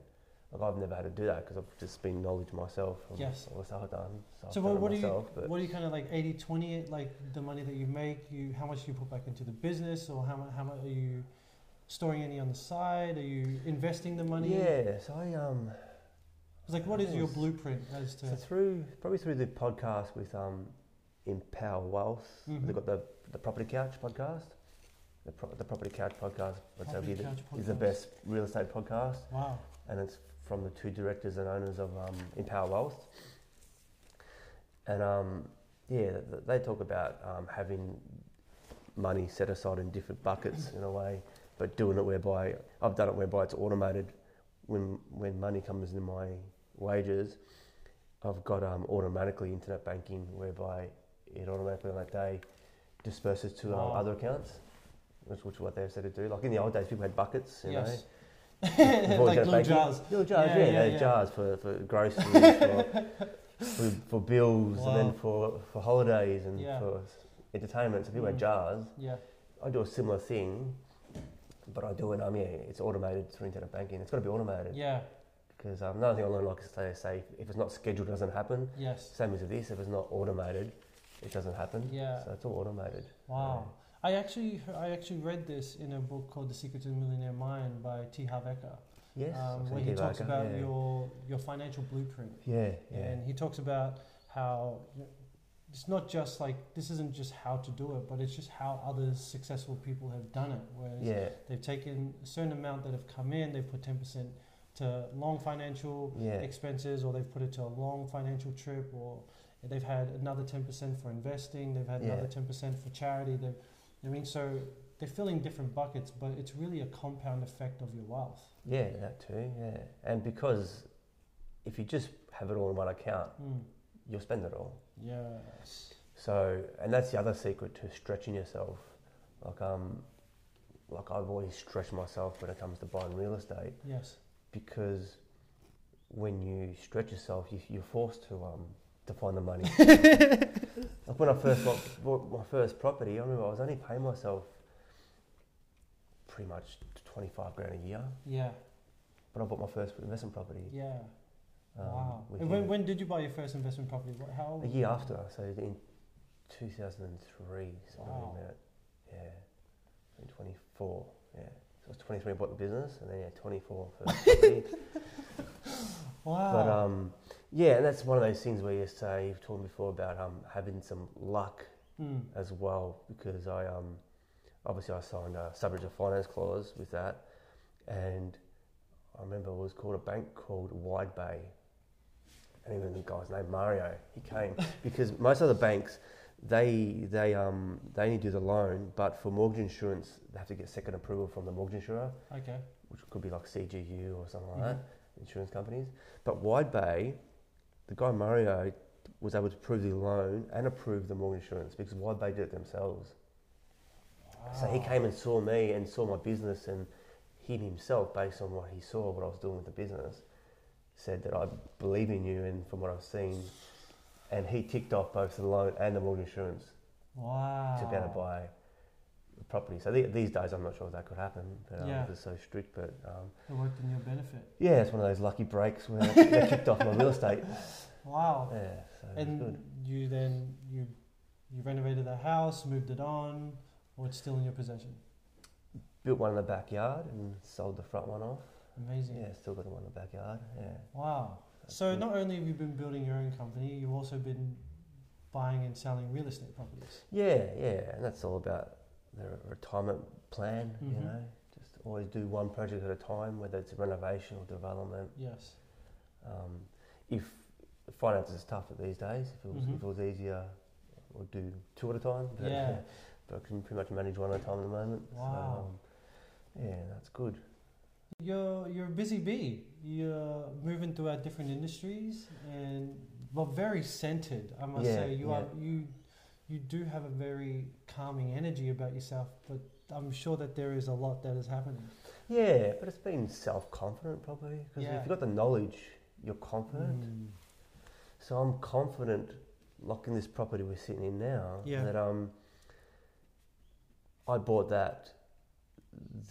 Speaker 2: Like I've never had to do that because I've just been knowledge myself. Of
Speaker 1: Yes.
Speaker 2: All the stuff I've done. So,
Speaker 1: So
Speaker 2: I've done
Speaker 1: what,
Speaker 2: it
Speaker 1: what do you
Speaker 2: myself, but
Speaker 1: what do you kind of like 80 20 like the money that you make you how much do you put back into the business or how much how much are you storing any on the side are you investing the money
Speaker 2: Yeah. So I um
Speaker 1: It's like what is your
Speaker 2: Yes.
Speaker 1: blueprint as to
Speaker 2: so through probably through the podcast with um Empower Wealth,
Speaker 1: Mhm.
Speaker 2: they've got the the Property Couch podcast. The, pro- the Property Couch podcast, let's say,
Speaker 1: Property
Speaker 2: is the-
Speaker 1: Couch
Speaker 2: is the
Speaker 1: podcast.
Speaker 2: best real estate podcast.
Speaker 1: wow
Speaker 2: and it's from the two directors and owners of um, Empower Wealth. And um, yeah, th- th- they talk about um, having money set aside in different buckets in a way, but doing it whereby I've done it whereby it's automated. When when money comes in my wages, I've got um, automatically internet banking whereby it automatically on that day disperses to um,
Speaker 1: Wow.
Speaker 2: other accounts, which which is what they said to do. Like in the old days, people had buckets, you know.
Speaker 1: yes. like
Speaker 2: We've always had
Speaker 1: little
Speaker 2: banking-
Speaker 1: jars.
Speaker 2: Little jars,
Speaker 1: Yeah,
Speaker 2: yeah,
Speaker 1: yeah,
Speaker 2: they had
Speaker 1: yeah.
Speaker 2: jars for, for groceries, for, for, for bills, and
Speaker 1: Wow.
Speaker 2: then for, for holidays and
Speaker 1: Yeah.
Speaker 2: for entertainment. So people
Speaker 1: Mm.
Speaker 2: had jars.
Speaker 1: Yeah.
Speaker 2: I do a similar thing, but I do it. Um, yeah, it's automated through internet banking. It's got to be automated
Speaker 1: Yeah.
Speaker 2: because um, another thing I learned, like I say, say, if it's not scheduled, it doesn't happen.
Speaker 1: Yes.
Speaker 2: Same as with this, if it's not automated, it doesn't happen.
Speaker 1: Yeah.
Speaker 2: So it's all automated.
Speaker 1: Wow. I actually he- I actually read this in a book called The Secret to the Millionaire Mind by T. Harv Eker,
Speaker 2: Yes.
Speaker 1: um,
Speaker 2: I've
Speaker 1: where
Speaker 2: seen
Speaker 1: he
Speaker 2: Deepak,
Speaker 1: talks about
Speaker 2: yeah.
Speaker 1: your your financial blueprint.
Speaker 2: Yeah, yeah.
Speaker 1: And he talks about how you know, it's not just like this isn't just how to do it, but it's just how other successful people have done it. Whereas
Speaker 2: Yeah,
Speaker 1: they've taken a certain amount that have come in, they've put ten percent to long financial
Speaker 2: yeah,
Speaker 1: expenses, or they've put it to a long financial trip, or they've had another ten percent for investing, they've had
Speaker 2: Yeah.
Speaker 1: another ten percent for charity. They've, I mean, so they're filling different buckets, but it's really a compound effect of your wealth.
Speaker 2: yeah, that too, yeah. And because if you just have it all in one account,
Speaker 1: Mm.
Speaker 2: you'll spend it all.
Speaker 1: Yes.
Speaker 2: So, and that's the other secret to stretching yourself. Like, um, like I've always stretched myself when it comes to buying real estate
Speaker 1: Yes.
Speaker 2: because when you stretch yourself, you, you're forced to um, to find the money. like when I first bought, bought my first property, I remember I was only paying myself pretty much twenty five grand a year,
Speaker 1: Yeah.
Speaker 2: but I bought my first investment property.
Speaker 1: Yeah.
Speaker 2: Um,
Speaker 1: wow. And
Speaker 2: within
Speaker 1: when, when did you buy your first investment property? What, how old?
Speaker 2: a year after, so in two thousand and three, something
Speaker 1: Wow.
Speaker 2: like that. Yeah, in twenty four. Yeah, so I was twenty three. I bought the business, and then yeah, twenty four first property.
Speaker 1: Wow.
Speaker 2: But um, yeah, and that's one of those things where you say you've talked before about um, having some luck
Speaker 1: Mm.
Speaker 2: as well, because I um, obviously I signed a suffrage of finance clause with that, and I remember it was called a bank called Wide Bay, and even the guy's name Mario, he came because most of the banks. They they um they only do the loan, but for mortgage insurance they have to get second approval from the mortgage insurer,
Speaker 1: Okay.
Speaker 2: which could be like CGU or something like
Speaker 1: Mhm.
Speaker 2: that insurance companies. But Wide Bay, the guy Mario was able to approve the loan and approve the mortgage insurance because Wide Bay did it themselves. So he
Speaker 1: Wow.
Speaker 2: came and saw me and saw my business and he himself, based on what he saw, what I was doing with the business, said that I believe in you and from what I've seen. And he ticked off both the loan and the mortgage insurance
Speaker 1: Wow.
Speaker 2: to be able to buy the property. So the- these days, I'm not sure if that could happen, but um,
Speaker 1: Yeah.
Speaker 2: it's so strict. But um,
Speaker 1: It worked in your benefit.
Speaker 2: yeah, it's one of those lucky breaks where they kicked off my real estate.
Speaker 1: Wow.
Speaker 2: Yeah, so it's
Speaker 1: and
Speaker 2: good.
Speaker 1: you then you you renovated the house, moved it on, or it's still in your possession.
Speaker 2: Built one in the backyard and sold the front one off.
Speaker 1: Amazing.
Speaker 2: Yeah, still got the one in the backyard. Yeah.
Speaker 1: Wow.
Speaker 2: that's
Speaker 1: So
Speaker 2: good.
Speaker 1: not only have you been building your own company, you've also been buying and selling real estate properties.
Speaker 2: Yeah, yeah, and that's all about the retirement plan.
Speaker 1: Mhm.
Speaker 2: You know, just always do one project at a time, whether it's renovation or development.
Speaker 1: Yes.
Speaker 2: Um, if finances is tough these days, if it was,
Speaker 1: Mhm.
Speaker 2: if it was easier, i would do two at a time. But,
Speaker 1: Yeah.
Speaker 2: but I can pretty much manage one at a time at the moment.
Speaker 1: Wow.
Speaker 2: So, um, yeah, that's good.
Speaker 1: You're you're a busy bee. You're moving throughout different industries and but very centered. I must
Speaker 2: Yeah,
Speaker 1: say you
Speaker 2: yeah.
Speaker 1: are you you do have a very calming energy about yourself, but I'm sure that there is a lot that is happening.
Speaker 2: Yeah, but it's being self-confident probably because
Speaker 1: Yeah.
Speaker 2: if you've got the knowledge, you're confident.
Speaker 1: Mm.
Speaker 2: So I'm confident, like in this property we're sitting in now,
Speaker 1: Yeah.
Speaker 2: that um, I bought that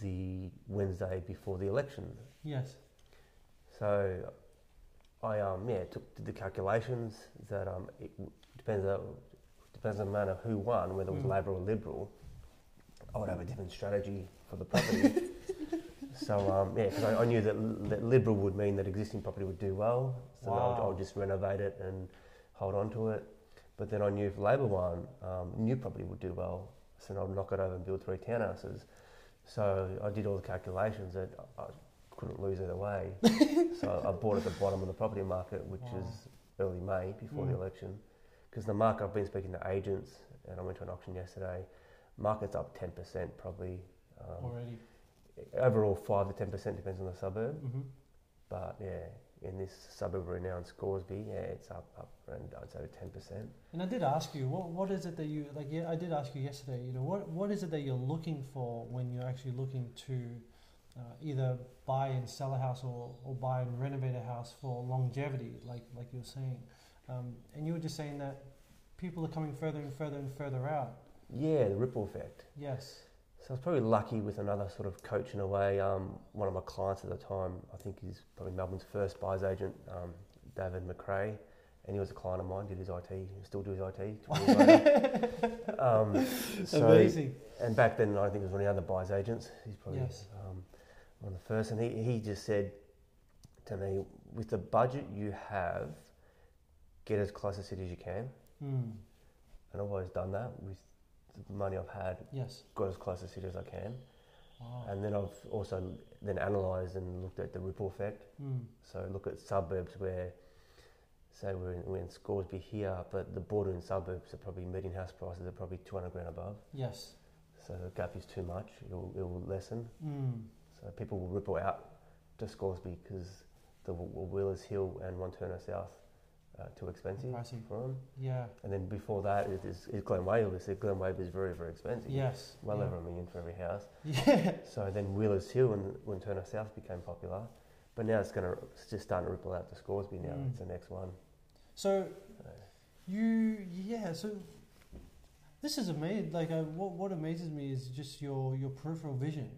Speaker 2: the Wednesday before the election.
Speaker 1: Yes.
Speaker 2: So I um yeah took did the calculations that um it w- depends on depends on the manner of who won whether it was
Speaker 1: Mm.
Speaker 2: Labor or Liberal. I would have a different strategy for the property. so um, yeah, because I, I knew that, l- that Liberal would mean that existing property would do well, so then I'll,
Speaker 1: Wow.
Speaker 2: I'll just renovate it and hold on to it. But then I knew if Labor won, um, new property would do well, so then I'll knock it over and build three townhouses. So I did all the calculations that I I couldn't lose either way. so I bought at the bottom of the property market, which
Speaker 1: Wow.
Speaker 2: is early May before the
Speaker 1: Mm.
Speaker 2: election. Because the market, I've been speaking to agents and I went to an auction yesterday, market's up 10% probably. Um,
Speaker 1: Already.
Speaker 2: overall five to ten percent depends on the suburb.
Speaker 1: hmm
Speaker 2: But yeah, in this suburb we're now in Scoresby, yeah, it's up up around I'd say ten percent.
Speaker 1: And I did ask you, what, what is it that you like? Yeah, I did ask you yesterday. You know, what what is it that you're looking for when you're actually looking to uh, either buy and sell a house or, or buy and renovate a house for longevity, like like you were saying. Um, and you were just saying that people are coming further and further and further out.
Speaker 2: Yeah, the ripple effect.
Speaker 1: Yes.
Speaker 2: So I was probably lucky with another sort of coach in a way. Um, one of my clients at the time, I think he's probably Melbourne's first buyer's agent, um, David McRae, and he was a client of mine, did his IT, he still do his IT. 20 years later. um, so,
Speaker 1: Amazing.
Speaker 2: And back then, I don't think it was one of the other buyer's agents. He's probably
Speaker 1: Yes.
Speaker 2: um, one of the first. And he, he just said to me, with the budget you have, get as close to the city as you can.
Speaker 1: Mm.
Speaker 2: And I've always done that with the money I've had,
Speaker 1: Yes.
Speaker 2: got as close to the city as I can.
Speaker 1: Wow.
Speaker 2: And then I've also then analysed and looked at the ripple effect.
Speaker 1: Mm.
Speaker 2: So look at suburbs where, say we're in, we're in Scoresby here, but the bordering suburbs are probably median house prices are probably 200 grand above.
Speaker 1: Yes.
Speaker 2: So the gap is too much. It will, it will lessen.
Speaker 1: Mm.
Speaker 2: So people will ripple out to Scoresby because the W- W- Wheelers Hill and One Turner South are too expensive
Speaker 1: Pricey.
Speaker 2: for them.
Speaker 1: Yeah.
Speaker 2: And then before that it is, is Glen Waverley. So Glen Waverley is very, very expensive.
Speaker 1: Yes.
Speaker 2: Well
Speaker 1: yeah.
Speaker 2: over a million for every house.
Speaker 1: Yeah.
Speaker 2: So then Wheelers Hill and when Turner South became popular, but now it's going to it's just starting to ripple out to Scoresby now.
Speaker 1: Mm.
Speaker 2: It's the next one.
Speaker 1: So
Speaker 2: So,
Speaker 1: You yeah. So this is amazing. Like I, what what amazes me is just your your peripheral vision,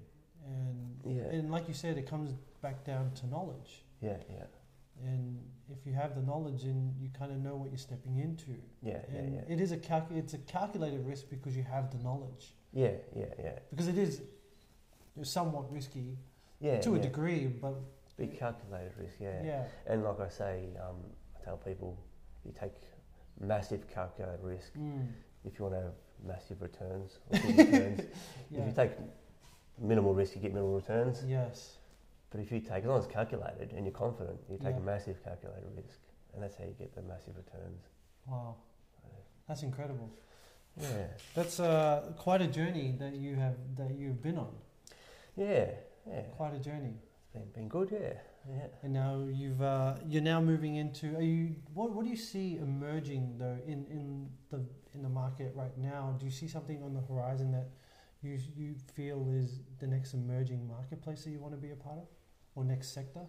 Speaker 1: and
Speaker 2: Yeah.
Speaker 1: and like you said, it comes back down to knowledge.
Speaker 2: yeah, yeah,
Speaker 1: And if you have the knowledge, then you kind of know what you're stepping into.
Speaker 2: yeah, yeah,
Speaker 1: And
Speaker 2: yeah,
Speaker 1: it is a calc- it's a calculated risk because you have the knowledge.
Speaker 2: yeah, yeah, yeah,
Speaker 1: Because it is somewhat risky
Speaker 2: yeah.
Speaker 1: to a
Speaker 2: yeah.
Speaker 1: degree, but
Speaker 2: Be calculated risk. Yeah.
Speaker 1: yeah,
Speaker 2: And like I say, um, I tell people, you take massive calculated risk
Speaker 1: Mm.
Speaker 2: if you want to have massive returns. Or big returns.
Speaker 1: yeah.
Speaker 2: If you take minimal risk, you get minimal returns.
Speaker 1: yes.
Speaker 2: But if you take, as long as it's calculated and you're confident, you take
Speaker 1: Yeah.
Speaker 2: a massive calculated risk, and that's how you get the massive returns.
Speaker 1: Wow, that's incredible.
Speaker 2: Yeah.
Speaker 1: That's uh, quite a journey that you have that you've been on.
Speaker 2: Yeah, yeah.
Speaker 1: Quite a journey.
Speaker 2: It's been, been good, yeah. Yeah.
Speaker 1: And now you've uh, you're now moving into. Are you what What do you see emerging though in, in the in the market right now? Do you see something on the horizon that you you feel is the next emerging marketplace that you want to be a part of, or next sector?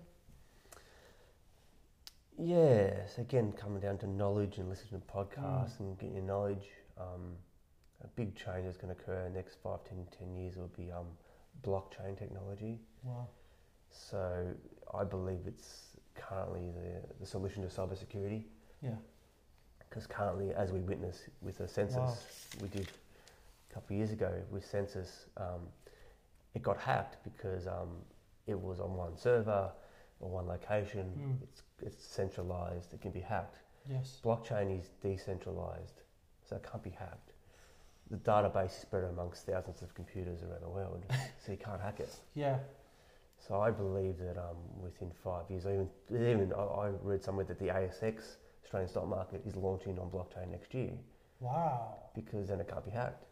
Speaker 2: Yeah, so again, coming down to knowledge and listening to podcasts and getting your knowledge. Um, a big change that's going to occur in the next five, ten, ten years will be um, blockchain technology.
Speaker 1: Wow.
Speaker 2: So I believe it's currently the, the solution to cybersecurity
Speaker 1: Yeah.
Speaker 2: because currently, as we witness with the census,
Speaker 1: Wow.
Speaker 2: we did a couple of years ago with census, um, it got hacked because um, it was on one server or one location.
Speaker 1: Mm.
Speaker 2: It's, it's centralized. It can be hacked.
Speaker 1: Yes.
Speaker 2: Blockchain is decentralized, so it can't be hacked. The database is spread amongst thousands of computers around the world, so you can't hack it.
Speaker 1: Yeah.
Speaker 2: So I believe that um, within five years, I even, even I, I read somewhere that the ASX Australian stock market is launching on blockchain next year
Speaker 1: Wow.
Speaker 2: because then it can't be hacked.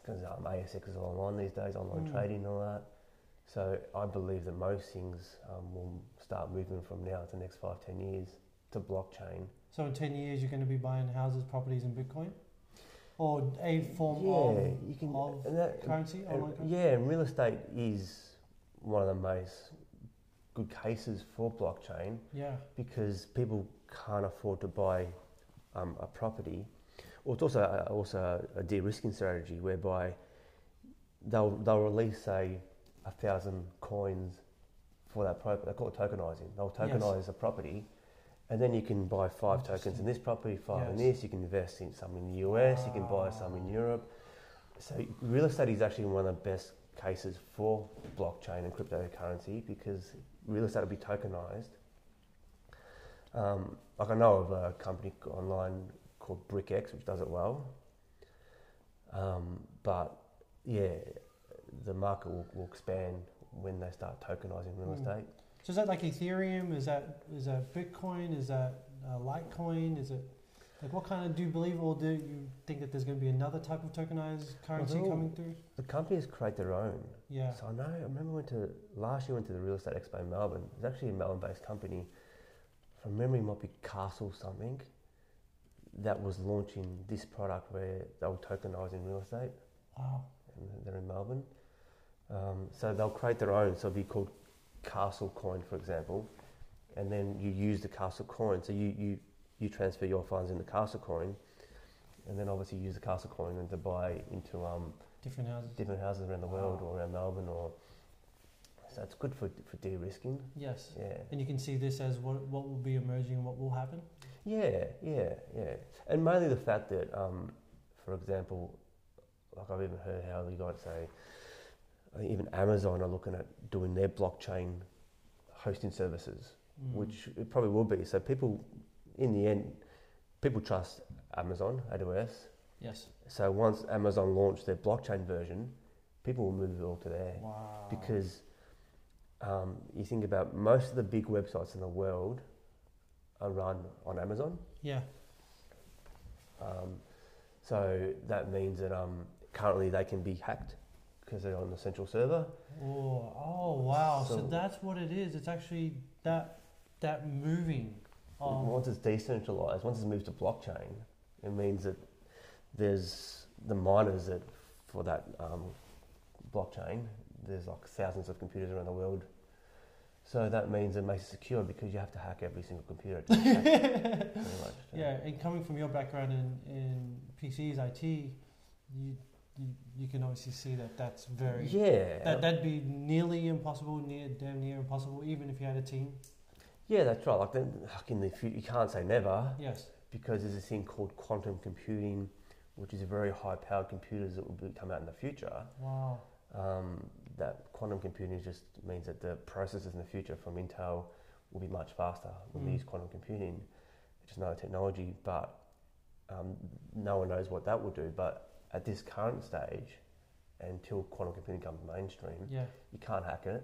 Speaker 2: Because um, ASX is online these days, online
Speaker 1: Mm.
Speaker 2: trading and all that. So I believe that most things um, will start moving from now to the next five, ten years to blockchain.
Speaker 1: So in ten years, you're going to be buying houses, properties in Bitcoin, or a form
Speaker 2: yeah,
Speaker 1: of
Speaker 2: you can. uh,
Speaker 1: of
Speaker 2: and that-
Speaker 1: currency.
Speaker 2: and-
Speaker 1: online currency?
Speaker 2: yeah, and real estate is one of the most good cases for blockchain
Speaker 1: Yeah.
Speaker 2: because people can't afford to buy um, a property. Well, it's also a, also a de-risking strategy whereby they'll they'll release say a thousand coins for that property. They call it tokenizing. They'll
Speaker 1: Yes.
Speaker 2: tokenize a property, and then you can buy five tokens in this property, five in
Speaker 1: Yes.
Speaker 2: this. You can invest in some in the US. You can buy some in Europe. So real estate is actually one of the best cases for blockchain and cryptocurrency because real estate will be tokenized. Um, like I know of a company online called BrickX which does it well, um, but yeah, the market will, will expand when they start tokenizing real
Speaker 1: Mm.
Speaker 2: estate.
Speaker 1: So is that like Ethereum? Is that is that Bitcoin? Is that uh, Litecoin? Is it Like, what kind of do you believe, or do you think that there's going to be another type of tokenized currency
Speaker 2: all-
Speaker 1: coming through?
Speaker 2: The companies create their own.
Speaker 1: Yeah.
Speaker 2: So I know, I remember went to, last year went to the Real Estate Expo in Melbourne. It's actually a Melbourne based company. From memory, it might be Castle something that was launching this product where they were tokenizing real estate.
Speaker 1: Wow.
Speaker 2: and they're in Melbourne. Um, so they'll create their own. So it'll be called Castle Coin, for example, and then you use the Castle Coin. So you you, you transfer your funds into Castle Coin, and then obviously use the Castle Coin and to buy into um,
Speaker 1: Different houses.
Speaker 2: different houses around the world or around Melbourne or. So it's good for for de-risking.
Speaker 1: Yes.
Speaker 2: Yeah.
Speaker 1: And you can see this as what what will be emerging and what will happen.
Speaker 2: Yeah, yeah, yeah. And mainly the fact that, um, for example, like I've even heard how you guys say, I think even Amazon are looking at doing their blockchain hosting services,
Speaker 1: Mm.
Speaker 2: which it probably will be. So people, in the end, people trust Amazon, AWS.
Speaker 1: Yes.
Speaker 2: So once Amazon launched their blockchain version, people will move it all to there
Speaker 1: Wow.
Speaker 2: because um, you think about most of the big websites in the world are run on Amazon.
Speaker 1: yeah.
Speaker 2: Um, so that means that um, currently they can be hacked because they're on the central server.
Speaker 1: Oh, oh wow. So,
Speaker 2: So-
Speaker 1: that's what it is. It's actually that that moving. Um,
Speaker 2: Once it's decentralized, once it's moved to blockchain, it means that there's the miners that for that um, blockchain, there's like thousands of computers around the world. So that means it makes it secure because you have to hack every single computer. To hack, pretty much.
Speaker 1: yeah, and coming from your background in, in PCs, IT, you, you you can obviously see that that's very
Speaker 2: Yeah.
Speaker 1: that that'd be nearly impossible, near damn near impossible, even if you had a team.
Speaker 2: yeah, that's right. Like, then, like in the future, you can't say never.
Speaker 1: Yes.
Speaker 2: because there's this thing called quantum computing, which is very high powered computers that will be, come out in the future.
Speaker 1: Wow.
Speaker 2: Um, that quantum computing just means that the processes in the future from Intel will be much faster when
Speaker 1: Mm.
Speaker 2: they use quantum computing. It's just another technology, but um, no one knows what that will do. But at this current stage, until quantum computing comes mainstream,
Speaker 1: Yeah.
Speaker 2: you can't hack it.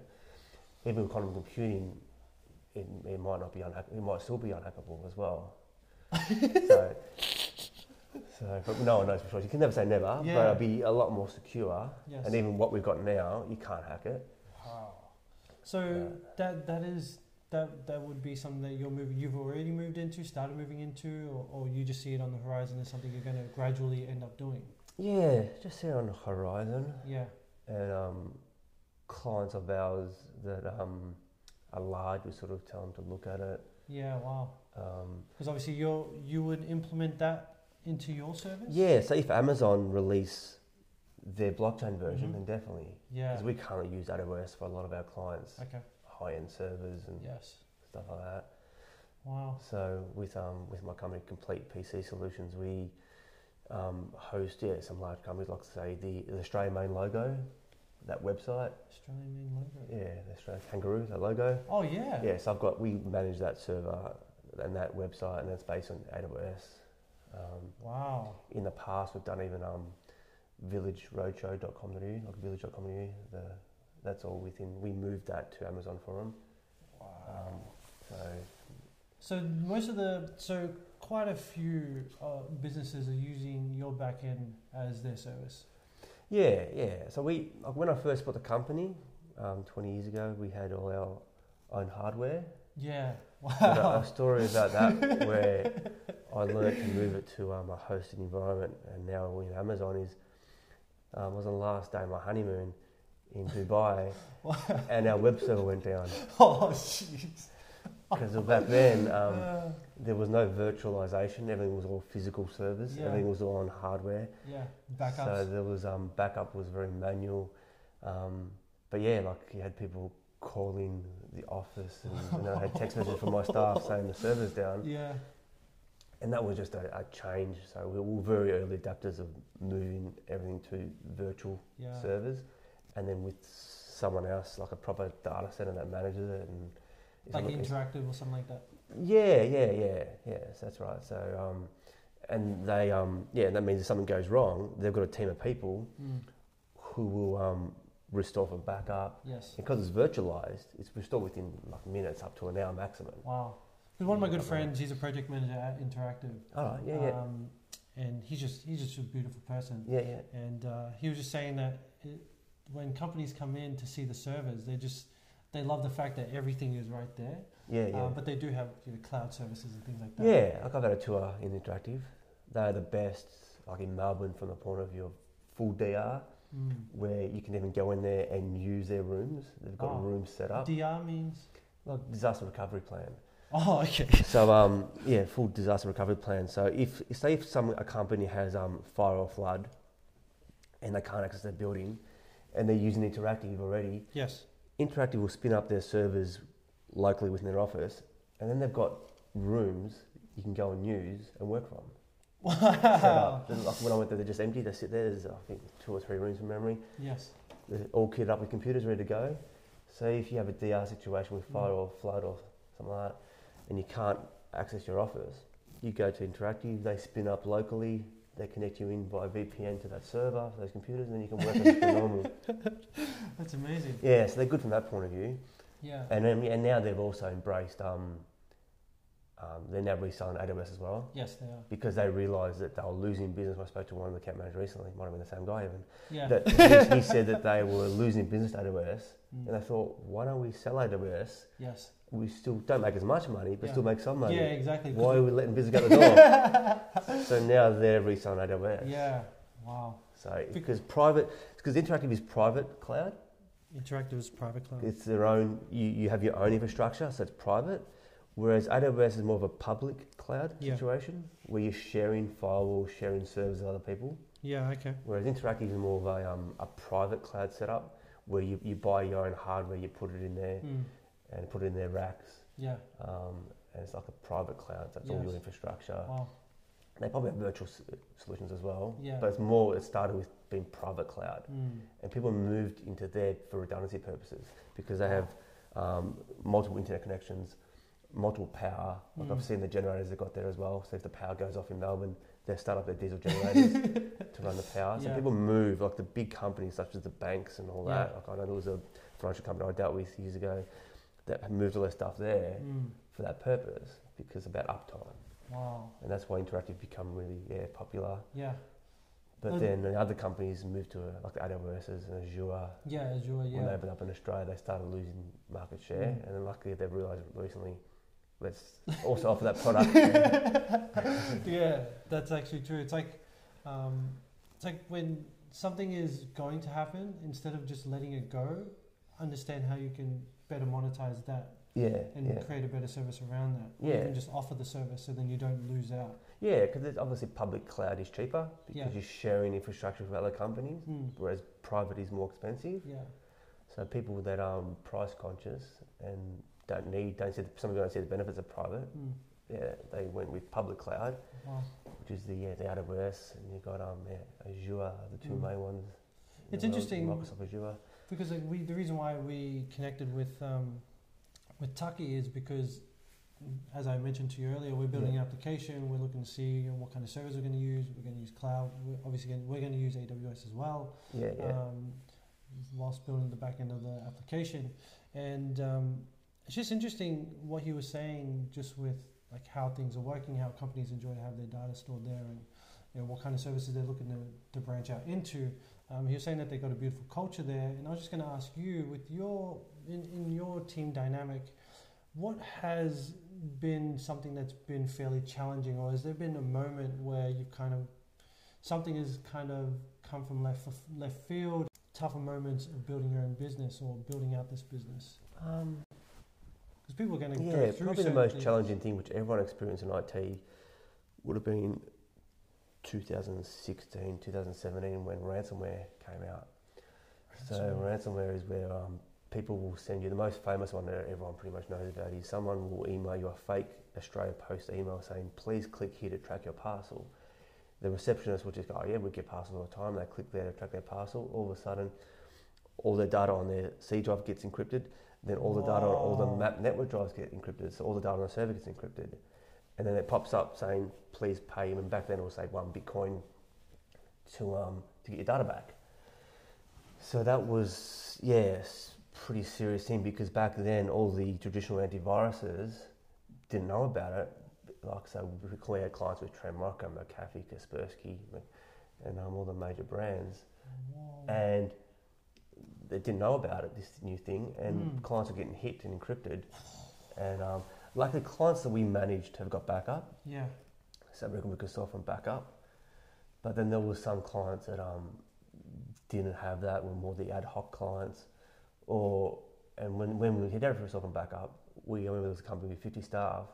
Speaker 2: Even with quantum computing, it, it might not be unhackable. It might still be unhackable as well. so, so, but no one knows for sure. You can never say never, but
Speaker 1: Yeah.
Speaker 2: it'll be a lot more secure.
Speaker 1: Yes.
Speaker 2: And even what we've got now, you can't hack it.
Speaker 1: Wow. So
Speaker 2: Yeah.
Speaker 1: that that is that that would be something that you're moving. You've already moved into, started moving into, or, or you just see it on the horizon as something you're going to gradually end up doing.
Speaker 2: Yeah, just see it on the horizon.
Speaker 1: Yeah.
Speaker 2: And um, clients of ours that um, are large, we sort of tell them to look at it.
Speaker 1: Yeah. Wow.
Speaker 2: Um,
Speaker 1: Because obviously you you would implement that into your service.
Speaker 2: yeah, so if Amazon release their blockchain version,
Speaker 1: Mhm.
Speaker 2: then definitely.
Speaker 1: Yeah.
Speaker 2: Because we currently use AWS for a lot of our clients,
Speaker 1: Okay.
Speaker 2: high-end servers and
Speaker 1: Yes.
Speaker 2: stuff like that.
Speaker 1: Wow.
Speaker 2: So with um, with my company, Complete PC Solutions, we um, host yeah some large companies like say the, the Australian main logo, that website,
Speaker 1: Australian main logo.
Speaker 2: yeah, the Australian kangaroo, that logo.
Speaker 1: Oh yeah.
Speaker 2: Yeah, so I've got we manage that server and that website, and that's based on AWS. Um,
Speaker 1: Wow.
Speaker 2: in the past, we've done even um, villageroadshow.com.au, like village.com.au. The that's all within. We moved that to Amazon for them.
Speaker 1: Wow.
Speaker 2: Um, so
Speaker 1: So most of the so quite a few uh, businesses are using your backend as their service.
Speaker 2: yeah, yeah. So we like when I first bought the company um, 20 years ago, we had all our own hardware.
Speaker 1: Yeah. Wow.
Speaker 2: I've got a story about that where I learned to move it to um, a hosted environment, and now we're in Amazon is. Um, it was on the last day of my honeymoon in Dubai, and our web server went down
Speaker 1: Oh jeez.
Speaker 2: because back then um,
Speaker 1: Uh,
Speaker 2: There was no virtualization. Everything was all physical servers.
Speaker 1: Yeah.
Speaker 2: Everything was all on hardware.
Speaker 1: yeah. Backups.
Speaker 2: So there was um, backup was very manual. Um, but yeah, like you had people calling the office, and you know, I had text messages from my staff saying the server's down,
Speaker 1: yeah.
Speaker 2: and that was just a, a change. So we were very early adapters of moving everything to virtual
Speaker 1: Yeah.
Speaker 2: servers, and then with someone else, like a proper data center that manages it, and is
Speaker 1: like
Speaker 2: looking-
Speaker 1: interactive or something like that.
Speaker 2: yeah, yeah, yeah, yes, that's right. So, um, and they, um, yeah, that means if something goes wrong, they've got a team of people
Speaker 1: Mm.
Speaker 2: who will um, restore from backup.
Speaker 1: Yes.
Speaker 2: Because it's virtualized, it's restored within like minutes, up to an hour maximum.
Speaker 1: Wow. Because one of my
Speaker 2: Yeah,
Speaker 1: good
Speaker 2: right.
Speaker 1: friends, he's a project manager at Interactive.
Speaker 2: All right. Yeah. Yeah.
Speaker 1: Um, and he's just he's just a beautiful person.
Speaker 2: yeah. Yeah.
Speaker 1: And uh, he was just saying that it, when companies come in to see the servers, they just they love the fact that everything is right there.
Speaker 2: Yeah. Yeah.
Speaker 1: Uh, but they do have you know, cloud services and things like that.
Speaker 2: Yeah, like I've had a tour in Interactive. They're the best, like in Melbourne, from the point of view of full DR,
Speaker 1: Mm.
Speaker 2: where you can even go in there and use their rooms. They've got
Speaker 1: Oh.
Speaker 2: rooms set up,
Speaker 1: DR means.
Speaker 2: like disaster recovery plan.
Speaker 1: Oh, okay.
Speaker 2: so um, yeah, full disaster recovery plan. So if say if some a company has um, fire or flood, and they can't access their building, and they're using Interactive already,
Speaker 1: Yes.
Speaker 2: Interactive will spin up their servers locally within their office, and then they've got rooms you can go and use and work from. set
Speaker 1: Wow.
Speaker 2: up. There's, Like when I went there, they're just empty. They sit there. There's I think two or three rooms from memory.
Speaker 1: Yes.
Speaker 2: They're all kitted up with computers ready to go. So if you have a DR situation with fire
Speaker 1: Mm.
Speaker 2: or flood or something like that, and you can't access your office, you go to Interactive. They spin up locally. They connect you in by VPN to that server, those computers, and then you can work as per normal.
Speaker 1: That's amazing.
Speaker 2: Yeah, so they're good from that point of view.
Speaker 1: Yeah.
Speaker 2: And then, and now they've also embraced. Um, um, they're now reselling AWS as well
Speaker 1: Yes, they are.
Speaker 2: because they realised that they were losing business. I spoke to one of the account managers recently. Might have been the same guy even.
Speaker 1: Yeah.
Speaker 2: that he, he said that they were losing business to AWS,
Speaker 1: Mm.
Speaker 2: and I thought, why don't we sell AWS?
Speaker 1: Yes.
Speaker 2: We still don't make as much money, but
Speaker 1: Yeah.
Speaker 2: still make some money.
Speaker 1: Yeah, exactly. 'cause
Speaker 2: Why
Speaker 1: we-
Speaker 2: are we letting business go to the door? so now they're reselling AWS.
Speaker 1: Yeah. Wow.
Speaker 2: So
Speaker 1: Bec-
Speaker 2: because private, because Interactive is private cloud,
Speaker 1: Interactive is private cloud.
Speaker 2: it's their own. You, you have your own infrastructure, so it's private. Whereas AWS is more of a public cloud
Speaker 1: Yeah.
Speaker 2: situation where you're sharing firewalls, sharing servers with other people.
Speaker 1: yeah. Okay.
Speaker 2: Whereas Interactive is more of a, um, a private cloud setup where you, you buy your own hardware, you put it in there
Speaker 1: Mm.
Speaker 2: and put it in their racks.
Speaker 1: Yeah.
Speaker 2: Um, and it's like a private cloud, so that's all your
Speaker 1: Yes.
Speaker 2: infrastructure.
Speaker 1: Wow.
Speaker 2: They probably have virtual s- solutions as well,
Speaker 1: Yeah.
Speaker 2: but it's more, it started with being private cloud.
Speaker 1: Mm.
Speaker 2: And people moved into there for redundancy purposes because they have um, multiple internet connections, multiple power. Like
Speaker 1: Mm.
Speaker 2: I've seen the generators they've got there as well. So if the power goes off in Melbourne, they start up their diesel generators to run the power. So
Speaker 1: Yeah.
Speaker 2: people move, like the big companies such as the banks and all
Speaker 1: Yeah.
Speaker 2: that. Like I know there was a financial company I dealt with years ago that moved all their stuff there
Speaker 1: Mm.
Speaker 2: for that purpose because about uptime.
Speaker 1: Wow.
Speaker 2: And that's why Interactive become really yeah, popular.
Speaker 1: Yeah.
Speaker 2: But
Speaker 1: And-
Speaker 2: then the other companies moved to uh, like the AWS's and Azure.
Speaker 1: Yeah. Azure.
Speaker 2: When they
Speaker 1: Yeah.
Speaker 2: opened up in Australia, they started losing market share.
Speaker 1: Mm.
Speaker 2: And then luckily they've realised recently, let's also offer that product.
Speaker 1: yeah. That's actually true. It's like, um, it's like when something is going to happen, instead of just letting it go, understand how you can better monetize that
Speaker 2: yeah,
Speaker 1: and
Speaker 2: yeah.
Speaker 1: create a better service around that. Or
Speaker 2: Yeah.
Speaker 1: Even just offer the service, so then you don't lose out.
Speaker 2: Yeah, because obviously public cloud is cheaper because
Speaker 1: Yeah.
Speaker 2: you're sharing infrastructure with other companies,
Speaker 1: Mm.
Speaker 2: whereas private is more expensive.
Speaker 1: Yeah.
Speaker 2: So people that are um, price conscious and don't need, don't see, the, some people don't see the benefits of private.
Speaker 1: Mm.
Speaker 2: Yeah, they went with public cloud,
Speaker 1: Wow.
Speaker 2: which is the yeah, the AWS, and you got um yeah, Azure, are the two
Speaker 1: Mm.
Speaker 2: main ones. in
Speaker 1: It's
Speaker 2: the world,
Speaker 1: interesting. Uh,
Speaker 2: Microsoft Azure.
Speaker 1: Because like, we, the reason why we connected with um, with Tucky is because, as I mentioned to you earlier, we're building
Speaker 2: Yeah.
Speaker 1: an application. We're looking to see you know, what kind of servers we're going to use. We're going to use cloud. We're obviously, gonna, we're going to use AWS as well,
Speaker 2: Yeah, yeah,
Speaker 1: um, whilst building the back end of the application. And um, it's just interesting what you were saying, just with like how things are working, how companies enjoy to have their data stored there, and you know, what kind of services they're looking to, to branch out into. Um, he was saying that they've got a beautiful culture there, and I was just going to ask you, with your in, in your team dynamic, what has been something that's been fairly challenging, or has there been a moment where you've kind of something has kind of come from left left field, tougher moments of building your own business or building out this business?
Speaker 2: Um,
Speaker 1: Because people are going to go
Speaker 2: yeah.
Speaker 1: through
Speaker 2: Probably the
Speaker 1: certain
Speaker 2: most
Speaker 1: things.
Speaker 2: challenging thing which everyone experienced in IT would have been 2016, 2017 when ransomware came out. So ransomware is where um, people will send you the most famous one that everyone pretty much knows about is someone will email you a fake Australia Post email saying, "Please click here to track your parcel." The receptionist will just go, oh, "Yeah, we get parcels all the time." They click there to track their parcel. All of a sudden, all their data on their C drive gets encrypted. Then all the data on all
Speaker 1: Wow.
Speaker 2: the map network drives get encrypted. So all the data on the server gets encrypted, and then it pops up saying, "Please pay." And back then it was say one Bitcoin to um to get your data back. So that was yes, pretty serious thing because back then all the traditional antiviruses didn't know about it. Like so, we clearly had clients with Trammocco, McAfee, Kaspersky, Mc- and um, all the major brands,
Speaker 1: Whoa.
Speaker 2: and they didn't know about it. This new thing, and
Speaker 1: Mm.
Speaker 2: clients were getting hit and encrypted. And um, luckily, clients that we managed have got backup.
Speaker 1: yeah.
Speaker 2: So we could solve them back up. But then there were some clients that um, didn't have that, were more the ad hoc clients. Or and when, when we hit everything solve them back up, we I remember there was a company with 50 staff.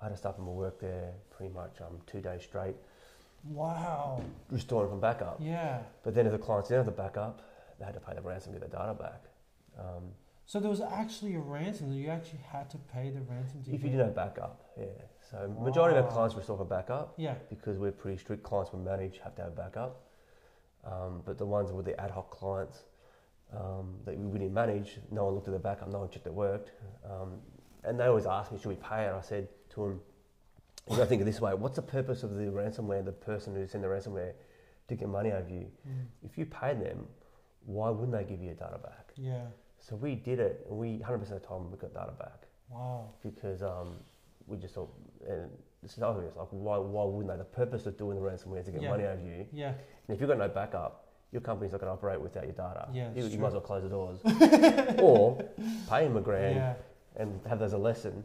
Speaker 2: I had to stop them to work there pretty much um, two days straight,
Speaker 1: Wow.
Speaker 2: restoring from backup.
Speaker 1: Yeah.
Speaker 2: But then if the clients didn't have the backup, they had to pay the ransom to get the data back. Um,
Speaker 1: So there was actually a ransom that you actually had to pay the ransom to
Speaker 2: if you
Speaker 1: get-
Speaker 2: didn't have backup, yeah. So majority of our
Speaker 1: Wow.
Speaker 2: clients were solving backup.
Speaker 1: Yeah.
Speaker 2: because we're pretty strict clients we manage have to have backup. Um, but the ones with the ad hoc clients um, that we didn't manage, no one looked at the backup, no one checked it worked. Um, and they always asked me, should we pay it? I said to them, you got to think of it this way, what's the purpose of the ransomware, the person who sent the ransomware to get money out of you?
Speaker 1: Mm.
Speaker 2: If you pay them, why wouldn't they give you your data back?
Speaker 1: Yeah.
Speaker 2: So we did it, and we 100% of the time we got data back
Speaker 1: Wow.
Speaker 2: because um, we just thought, and this is obvious, like why, why wouldn't they? The purpose of doing the ransomware is to get
Speaker 1: Yeah.
Speaker 2: money out of you.
Speaker 1: Yeah.
Speaker 2: And if you've got no backup, your company's not going to operate without your data.
Speaker 1: Yeah,
Speaker 2: you,
Speaker 1: it's
Speaker 2: you
Speaker 1: true.
Speaker 2: might as well close the doors. or pay them a grand
Speaker 1: Yeah.
Speaker 2: and have that as a lesson.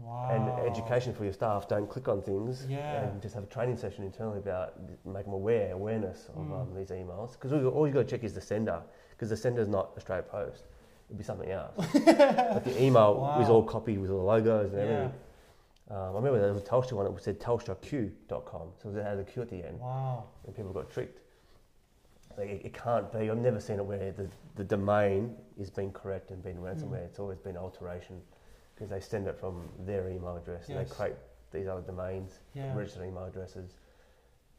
Speaker 1: Wow.
Speaker 2: And education for your staff, don't click on things.
Speaker 1: Oh. Yeah.
Speaker 2: And just have a training session internally about, make them aware, awareness of
Speaker 1: Mm.
Speaker 2: um, these emails. Because all you've got to check is the sender, because the sender's not Australia Post. It'd be something else. like the email was
Speaker 1: Wow.
Speaker 2: all copied with all the logos and
Speaker 1: Yeah.
Speaker 2: everything. Um, I remember there was a Telstra one that said telstraq.com, so it had a Q at the end,
Speaker 1: Wow.
Speaker 2: and people got tricked. Like, it, it can't be. I've never seen it where the, the domain is being correct and being
Speaker 1: Hmm.
Speaker 2: ransomware. It's always been alteration because they send it from their email address and
Speaker 1: Yes.
Speaker 2: they create these other domains,
Speaker 1: Yeah.
Speaker 2: registered email addresses,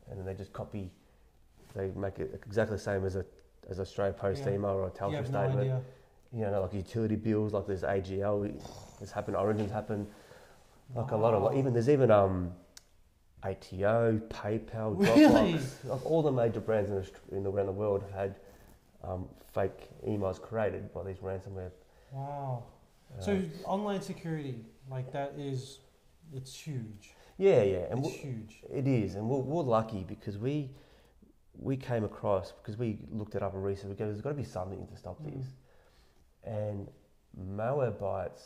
Speaker 2: and then they just copy. They make it exactly the same as a as Australia Post
Speaker 1: Yeah.
Speaker 2: email or a Telstra
Speaker 1: you have no
Speaker 2: statement
Speaker 1: idea.
Speaker 2: you know, like utility bills, like there's AGL, it's happened, Origin's happened, like a lot of, like, even there's even um, ATO, PayPal,
Speaker 1: Really?
Speaker 2: Dropbox, like all the major brands in, Aust- in around the world have had um, fake emails created by these ransomware.
Speaker 1: Wow.
Speaker 2: uh,
Speaker 1: So online security, like that is, it's huge.
Speaker 2: yeah, yeah, and
Speaker 1: It's
Speaker 2: we
Speaker 1: huge.
Speaker 2: it is, and we're, we're lucky because we we came across because we looked it up and researched. We go, there's got to be something to stop
Speaker 1: Mm.
Speaker 2: these, and Malwarebytes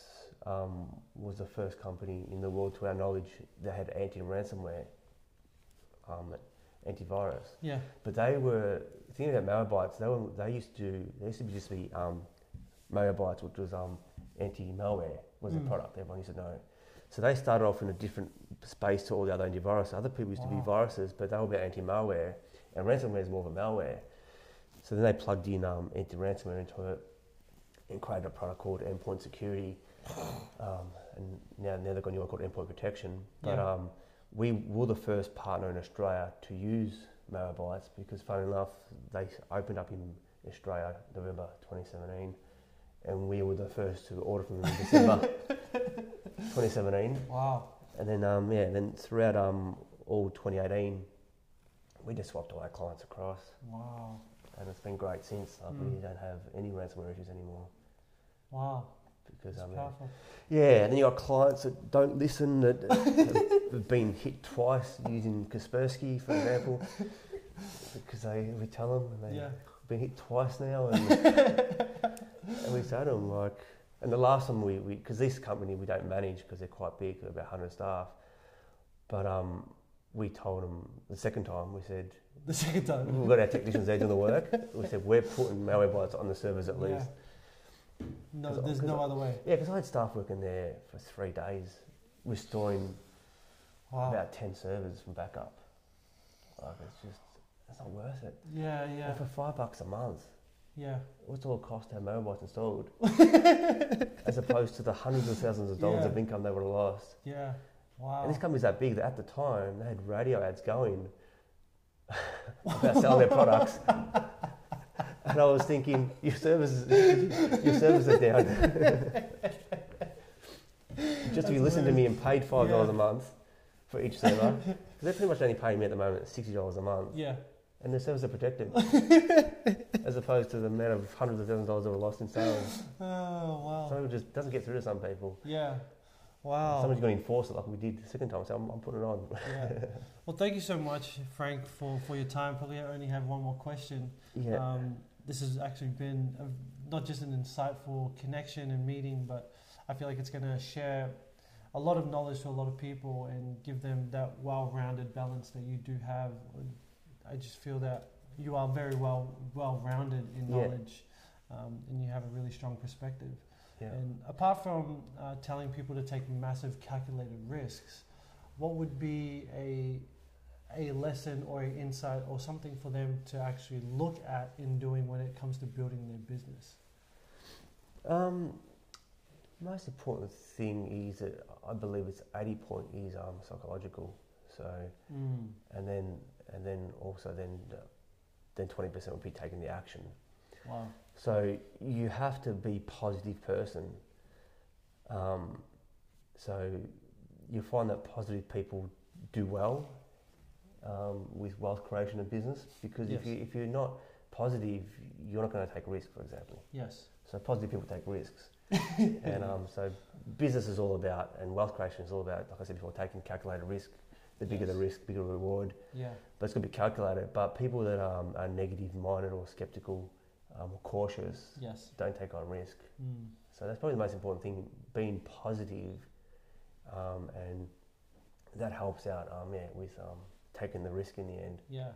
Speaker 2: um, was the first company in the world, to our knowledge, that had anti-ransomware, um, antivirus.
Speaker 1: Yeah.
Speaker 2: But they were thinking about Malwarebytes. They were they used to they used to be just be um, Malwarebytes, which was um, anti-malware was their
Speaker 1: Mm.
Speaker 2: product. Everyone used to know. So they started off in a different space to all the other antivirus. Other people used to be
Speaker 1: Wow.
Speaker 2: viruses, but they were about anti-malware, and ransomware is more of a malware. So then they plugged in um, anti-ransomware into it and created a product called Endpoint Security. Um, and now, now they've got a new one called Endpoint Protection. But
Speaker 1: Yeah.
Speaker 2: um, we were the first partner in Australia to use Malwarebytes because, funny enough, they s- opened up in Australia November 2017, and we were the first to order from them in December 2017.
Speaker 1: Wow.
Speaker 2: And then, um, yeah, then throughout um, all 2018, we just swapped all our clients across,
Speaker 1: Wow.
Speaker 2: and it's been great since. Like,
Speaker 1: Mm.
Speaker 2: We don't have any ransomware issues anymore
Speaker 1: Wow.
Speaker 2: because
Speaker 1: It's
Speaker 2: um, yeah,
Speaker 1: powerful.
Speaker 2: Yeah, and then you got clients that don't listen, that have been hit twice using Kaspersky, for example, because they we tell them and they've
Speaker 1: Yeah.
Speaker 2: been hit twice now, and, and we say to them like, and the last one we because this company we don't manage because they're quite big, they're about hundred staff, but um. We told them the second time. We said
Speaker 1: The second time.
Speaker 2: we've got our technicians there doing the work. We said we're putting Malwarebytes on the servers at
Speaker 1: Yeah.
Speaker 2: least.
Speaker 1: No,
Speaker 2: 'Cause I-
Speaker 1: there's
Speaker 2: 'cause
Speaker 1: no
Speaker 2: I-
Speaker 1: other way.
Speaker 2: Yeah, because I had staff working there for three days, restoring
Speaker 1: Wow.
Speaker 2: about 10 servers from backup. Like, it's just, it's not worth it.
Speaker 1: Yeah. Yeah.
Speaker 2: And for five bucks a month,
Speaker 1: Yeah.
Speaker 2: what's all it cost to have mobiles installed? As opposed to the hundreds of thousands of dollars
Speaker 1: Yeah.
Speaker 2: of income they would have lost.
Speaker 1: Yeah.
Speaker 2: And
Speaker 1: Wow.
Speaker 2: this company's that big that at the time they had radio ads going about selling their products. And I was thinking, your services, your services are down. Just if you listen to me and paid five dollars a
Speaker 1: Yeah.
Speaker 2: month for each server, 'cause they're pretty much only paying me at the moment sixty dollars a month,
Speaker 1: Yeah.
Speaker 2: and the servers are protected, as opposed to the amount of hundreds of thousands of dollars that were lost in sales.
Speaker 1: Oh wow.
Speaker 2: Some people just doesn't get through to some people.
Speaker 1: Yeah. Wow.
Speaker 2: Someone's going to enforce it like we did the second time. So I'm, I'm putting it on.
Speaker 1: Yeah. Well, thank you so much, Frank, for, for your time. Probably I only have one more question.
Speaker 2: yeah.
Speaker 1: Um, this has actually been a, not just an insightful connection and meeting, but I feel like it's going to share a lot of knowledge to a lot of people and give them that well-rounded balance that you do have. I just feel that you are very well well-rounded in
Speaker 2: Yeah.
Speaker 1: knowledge, um, and you have a really strong perspective.
Speaker 2: yeah.
Speaker 1: And apart from uh, telling people to take massive calculated risks, what would be a a lesson or an insight or something for them to actually look at in doing when it comes to building their business?
Speaker 2: Um, most important thing is that I believe it's 80 point is um, psychological. So
Speaker 1: Mm.
Speaker 2: and then and then also then uh, then 20% would be taking the action.
Speaker 1: Wow.
Speaker 2: So you have to be positive person. Um, so you find that positive people do well um, with wealth creation and business because if
Speaker 1: Yes.
Speaker 2: you if you're not positive, you're not going to take risks, for example.
Speaker 1: Yes.
Speaker 2: So positive people take risks, and um, so business is all about, and wealth creation is all about, like I said before, taking calculated risk. The bigger the
Speaker 1: Yes.
Speaker 2: risk, bigger the reward.
Speaker 1: Yeah.
Speaker 2: But it's going to be calculated. But people that um, are negative minded or skeptical um, or cautious
Speaker 1: Yes.
Speaker 2: don't take on risk.
Speaker 1: Mm.
Speaker 2: So that's probably the most important thing: being positive, um, and that helps out. Um, yeah, with um, taking the risk in the end.
Speaker 1: Yeah.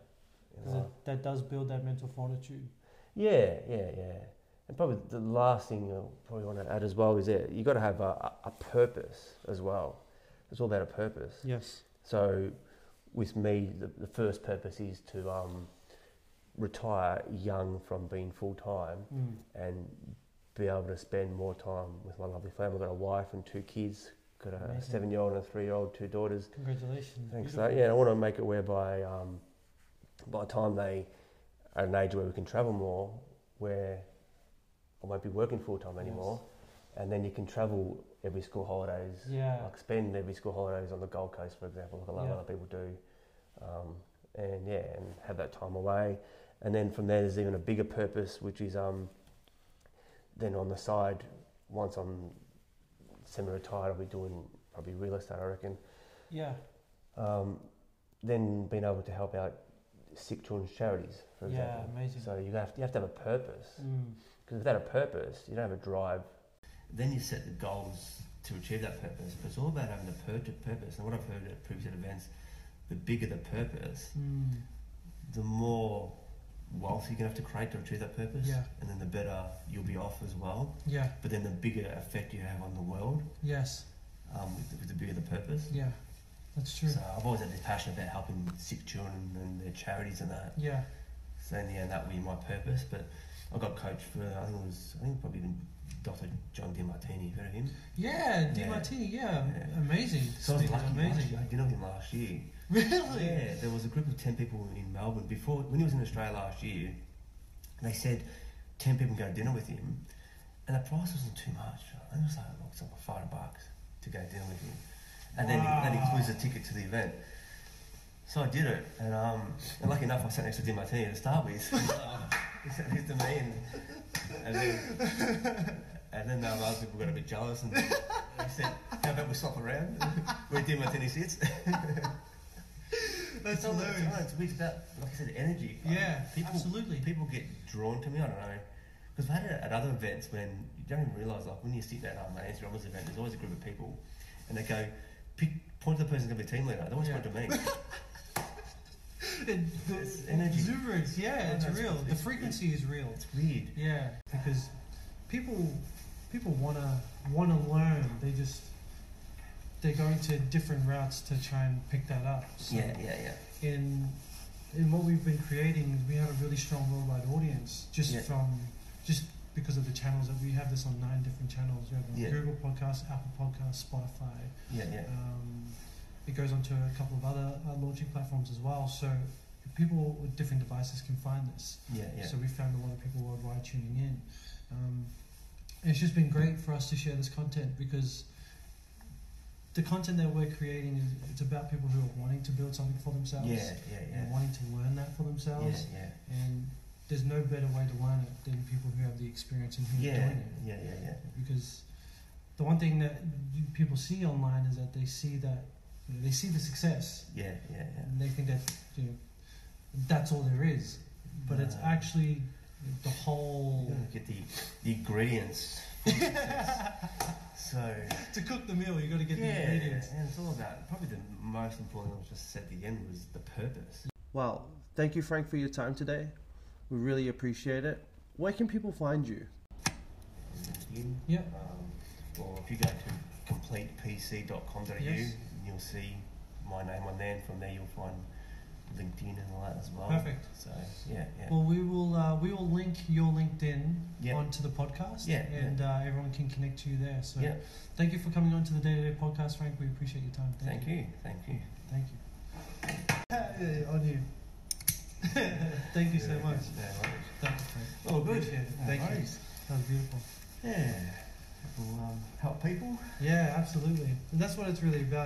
Speaker 2: in
Speaker 1: 'Cause
Speaker 2: life.
Speaker 1: it, that does build that mental fortitude.
Speaker 2: Yeah, yeah, yeah. And probably the last thing you probably want to add as well is that you got to have a, a, a purpose as well. It's all about a purpose.
Speaker 1: Yes.
Speaker 2: So, with me, the, the first purpose is to um, retire young from being full time
Speaker 1: Mm.
Speaker 2: and be able to spend more time with my lovely family. I've got a wife and two kids. Got a
Speaker 1: Amazing.
Speaker 2: seven-year-old and a three-year-old, two daughters.
Speaker 1: Congratulations.
Speaker 2: Thanks.
Speaker 1: Beautiful.
Speaker 2: That, yeah, I want to make it whereby um, by the time they are at an age where we can travel more, where I won't be working full time
Speaker 1: Yes.
Speaker 2: anymore, and then you can travel every school holidays.
Speaker 1: Yeah.
Speaker 2: Like spend every school holidays on the Gold Coast, for example, like a lot
Speaker 1: Yeah.
Speaker 2: of other people do, um, and yeah, and have that time away, and then from there there's even a bigger purpose, which is um, then on the side, once I'm semi-retired, I'll be doing probably real estate, I reckon,
Speaker 1: Yeah.
Speaker 2: um, then being able to help out sick children's charities, for
Speaker 1: Yeah.
Speaker 2: example.
Speaker 1: Amazing.
Speaker 2: So you have, to, you have to have a purpose.
Speaker 1: Mm.
Speaker 2: Because without a purpose, you don't have a drive. Then you set the goals to achieve that purpose. But it's all about having a pur- purpose. And what I've heard at previous events, the bigger the purpose,
Speaker 1: Mm.
Speaker 2: the more wealth you're going to have to create to achieve that purpose.
Speaker 1: Yeah.
Speaker 2: And then the better you'll be off as well.
Speaker 1: Yeah.
Speaker 2: But then the bigger effect you have on the world
Speaker 1: Yes.
Speaker 2: um, with, the, with the bigger the purpose.
Speaker 1: Yeah. That's
Speaker 2: So I've always had this passion about helping sick children and their charities and that.
Speaker 1: Yeah.
Speaker 2: So in the end, that would be my purpose. But I got coached for I think it was I think probably even Dr. John DiMartini. Heard of him?
Speaker 1: Yeah,
Speaker 2: Yeah.
Speaker 1: DMT, yeah,
Speaker 2: Yeah.
Speaker 1: amazing.
Speaker 2: So I was
Speaker 1: Speaking
Speaker 2: lucky.
Speaker 1: of
Speaker 2: Amazing.
Speaker 1: amazing.
Speaker 2: I did know him last year.
Speaker 1: Really?
Speaker 2: Yeah, there was a group of ten people in Melbourne before when he was in Australia last year. They said ten people go to dinner with him, and the price wasn't too much. I think it was like, like something like five bucks to go to dinner with him, and then that
Speaker 1: Wow.
Speaker 2: includes a ticket to the event. So I did it, and um, and lucky enough, I sat next to DiMartini to start with. Um, he sat next to me, and, and then and then um, other people got a bit jealous, and they said, "How about we swap around? Where DiMartini sits."
Speaker 1: That's
Speaker 2: all about-
Speaker 1: hilarious.
Speaker 2: no, it's weird about, like I said, energy.
Speaker 1: Yeah,
Speaker 2: people,
Speaker 1: absolutely.
Speaker 2: People get drawn to me. I don't know. Because I've had it at other events when you don't even realise, like when you sit down at an Anthony Robbins event, there's always a group of people, and they go, pick, point to the person who's going to be team leader. They always
Speaker 1: Yeah.
Speaker 2: point to me.
Speaker 1: The, the
Speaker 2: It's energy.
Speaker 1: exuberance, yeah,
Speaker 2: Yeah,
Speaker 1: it's
Speaker 2: that's-
Speaker 1: real. The
Speaker 2: it's-
Speaker 1: frequency is real.
Speaker 2: It's weird.
Speaker 1: Yeah, because people people wanna wanna learn. They just they're going to different routes to try and pick that up. So
Speaker 2: Yeah, yeah, yeah.
Speaker 1: in in what we've been creating is we have a really strong worldwide audience just
Speaker 2: Yeah.
Speaker 1: from just because of the channels that we have this on nine different channels. We have it on
Speaker 2: Yeah.
Speaker 1: Google Podcasts, Apple Podcasts, Spotify,
Speaker 2: Yeah, yeah.
Speaker 1: Um, it goes onto a couple of other uh, launching platforms as well. So people with different devices can find this.
Speaker 2: Yeah, yeah.
Speaker 1: So we found a lot of people worldwide tuning in. Um, and it's just been great for us to share this content because the content that we're creating is it's about people who are wanting to build something for themselves
Speaker 2: yeah, yeah, yeah.
Speaker 1: and wanting to learn that for
Speaker 2: Yeah,
Speaker 1: themselves.
Speaker 2: yeah.
Speaker 1: And there's no better way to learn it than people who have the experience and who are
Speaker 2: Yeah,
Speaker 1: doing it
Speaker 2: yeah, yeah, yeah.
Speaker 1: because the one thing that people see online is that they see that you know, they see the success
Speaker 2: Yeah, yeah, yeah.
Speaker 1: and they think that you know, that's all there is, but it's
Speaker 2: No.
Speaker 1: actually the
Speaker 2: You
Speaker 1: whole
Speaker 2: gotta get the, the ingredients. for the success. so
Speaker 1: to cook the meal. You got to get the
Speaker 2: yeah,
Speaker 1: ingredients.
Speaker 2: and it's all about probably the most important. thing I just said at the end was the purpose.
Speaker 3: Well, thank you, Frank, for your time today. We really appreciate it. Where can people find you?
Speaker 2: you.
Speaker 1: Yeah.
Speaker 2: Um, or if you go to completepc.com.au,
Speaker 1: Yes.
Speaker 2: you'll see my name on there, and from there you'll find LinkedIn and all that as well.
Speaker 1: Perfect.
Speaker 2: So yeah, yeah.
Speaker 1: Well, we will uh, we will link your LinkedIn
Speaker 2: Yeah.
Speaker 1: onto the podcast,
Speaker 2: Yeah, yeah.
Speaker 1: and Uh, everyone can connect to you there. So,
Speaker 2: Yeah.
Speaker 1: thank you for coming on to the Day to Day podcast, Frank. We appreciate your time. Thank,
Speaker 2: Thank you, thank you.
Speaker 1: Thank you. Yeah, yeah, on you. Thank you so
Speaker 2: Yeah,
Speaker 1: much.
Speaker 2: yeah, no worries.
Speaker 1: Thank you, Frank.
Speaker 2: Oh, good.
Speaker 1: Appreciate it.
Speaker 2: No
Speaker 1: Thank you.
Speaker 2: worries.
Speaker 1: That was beautiful.
Speaker 2: Yeah. It will um, help people.
Speaker 1: Yeah, absolutely. And that's what it's really about.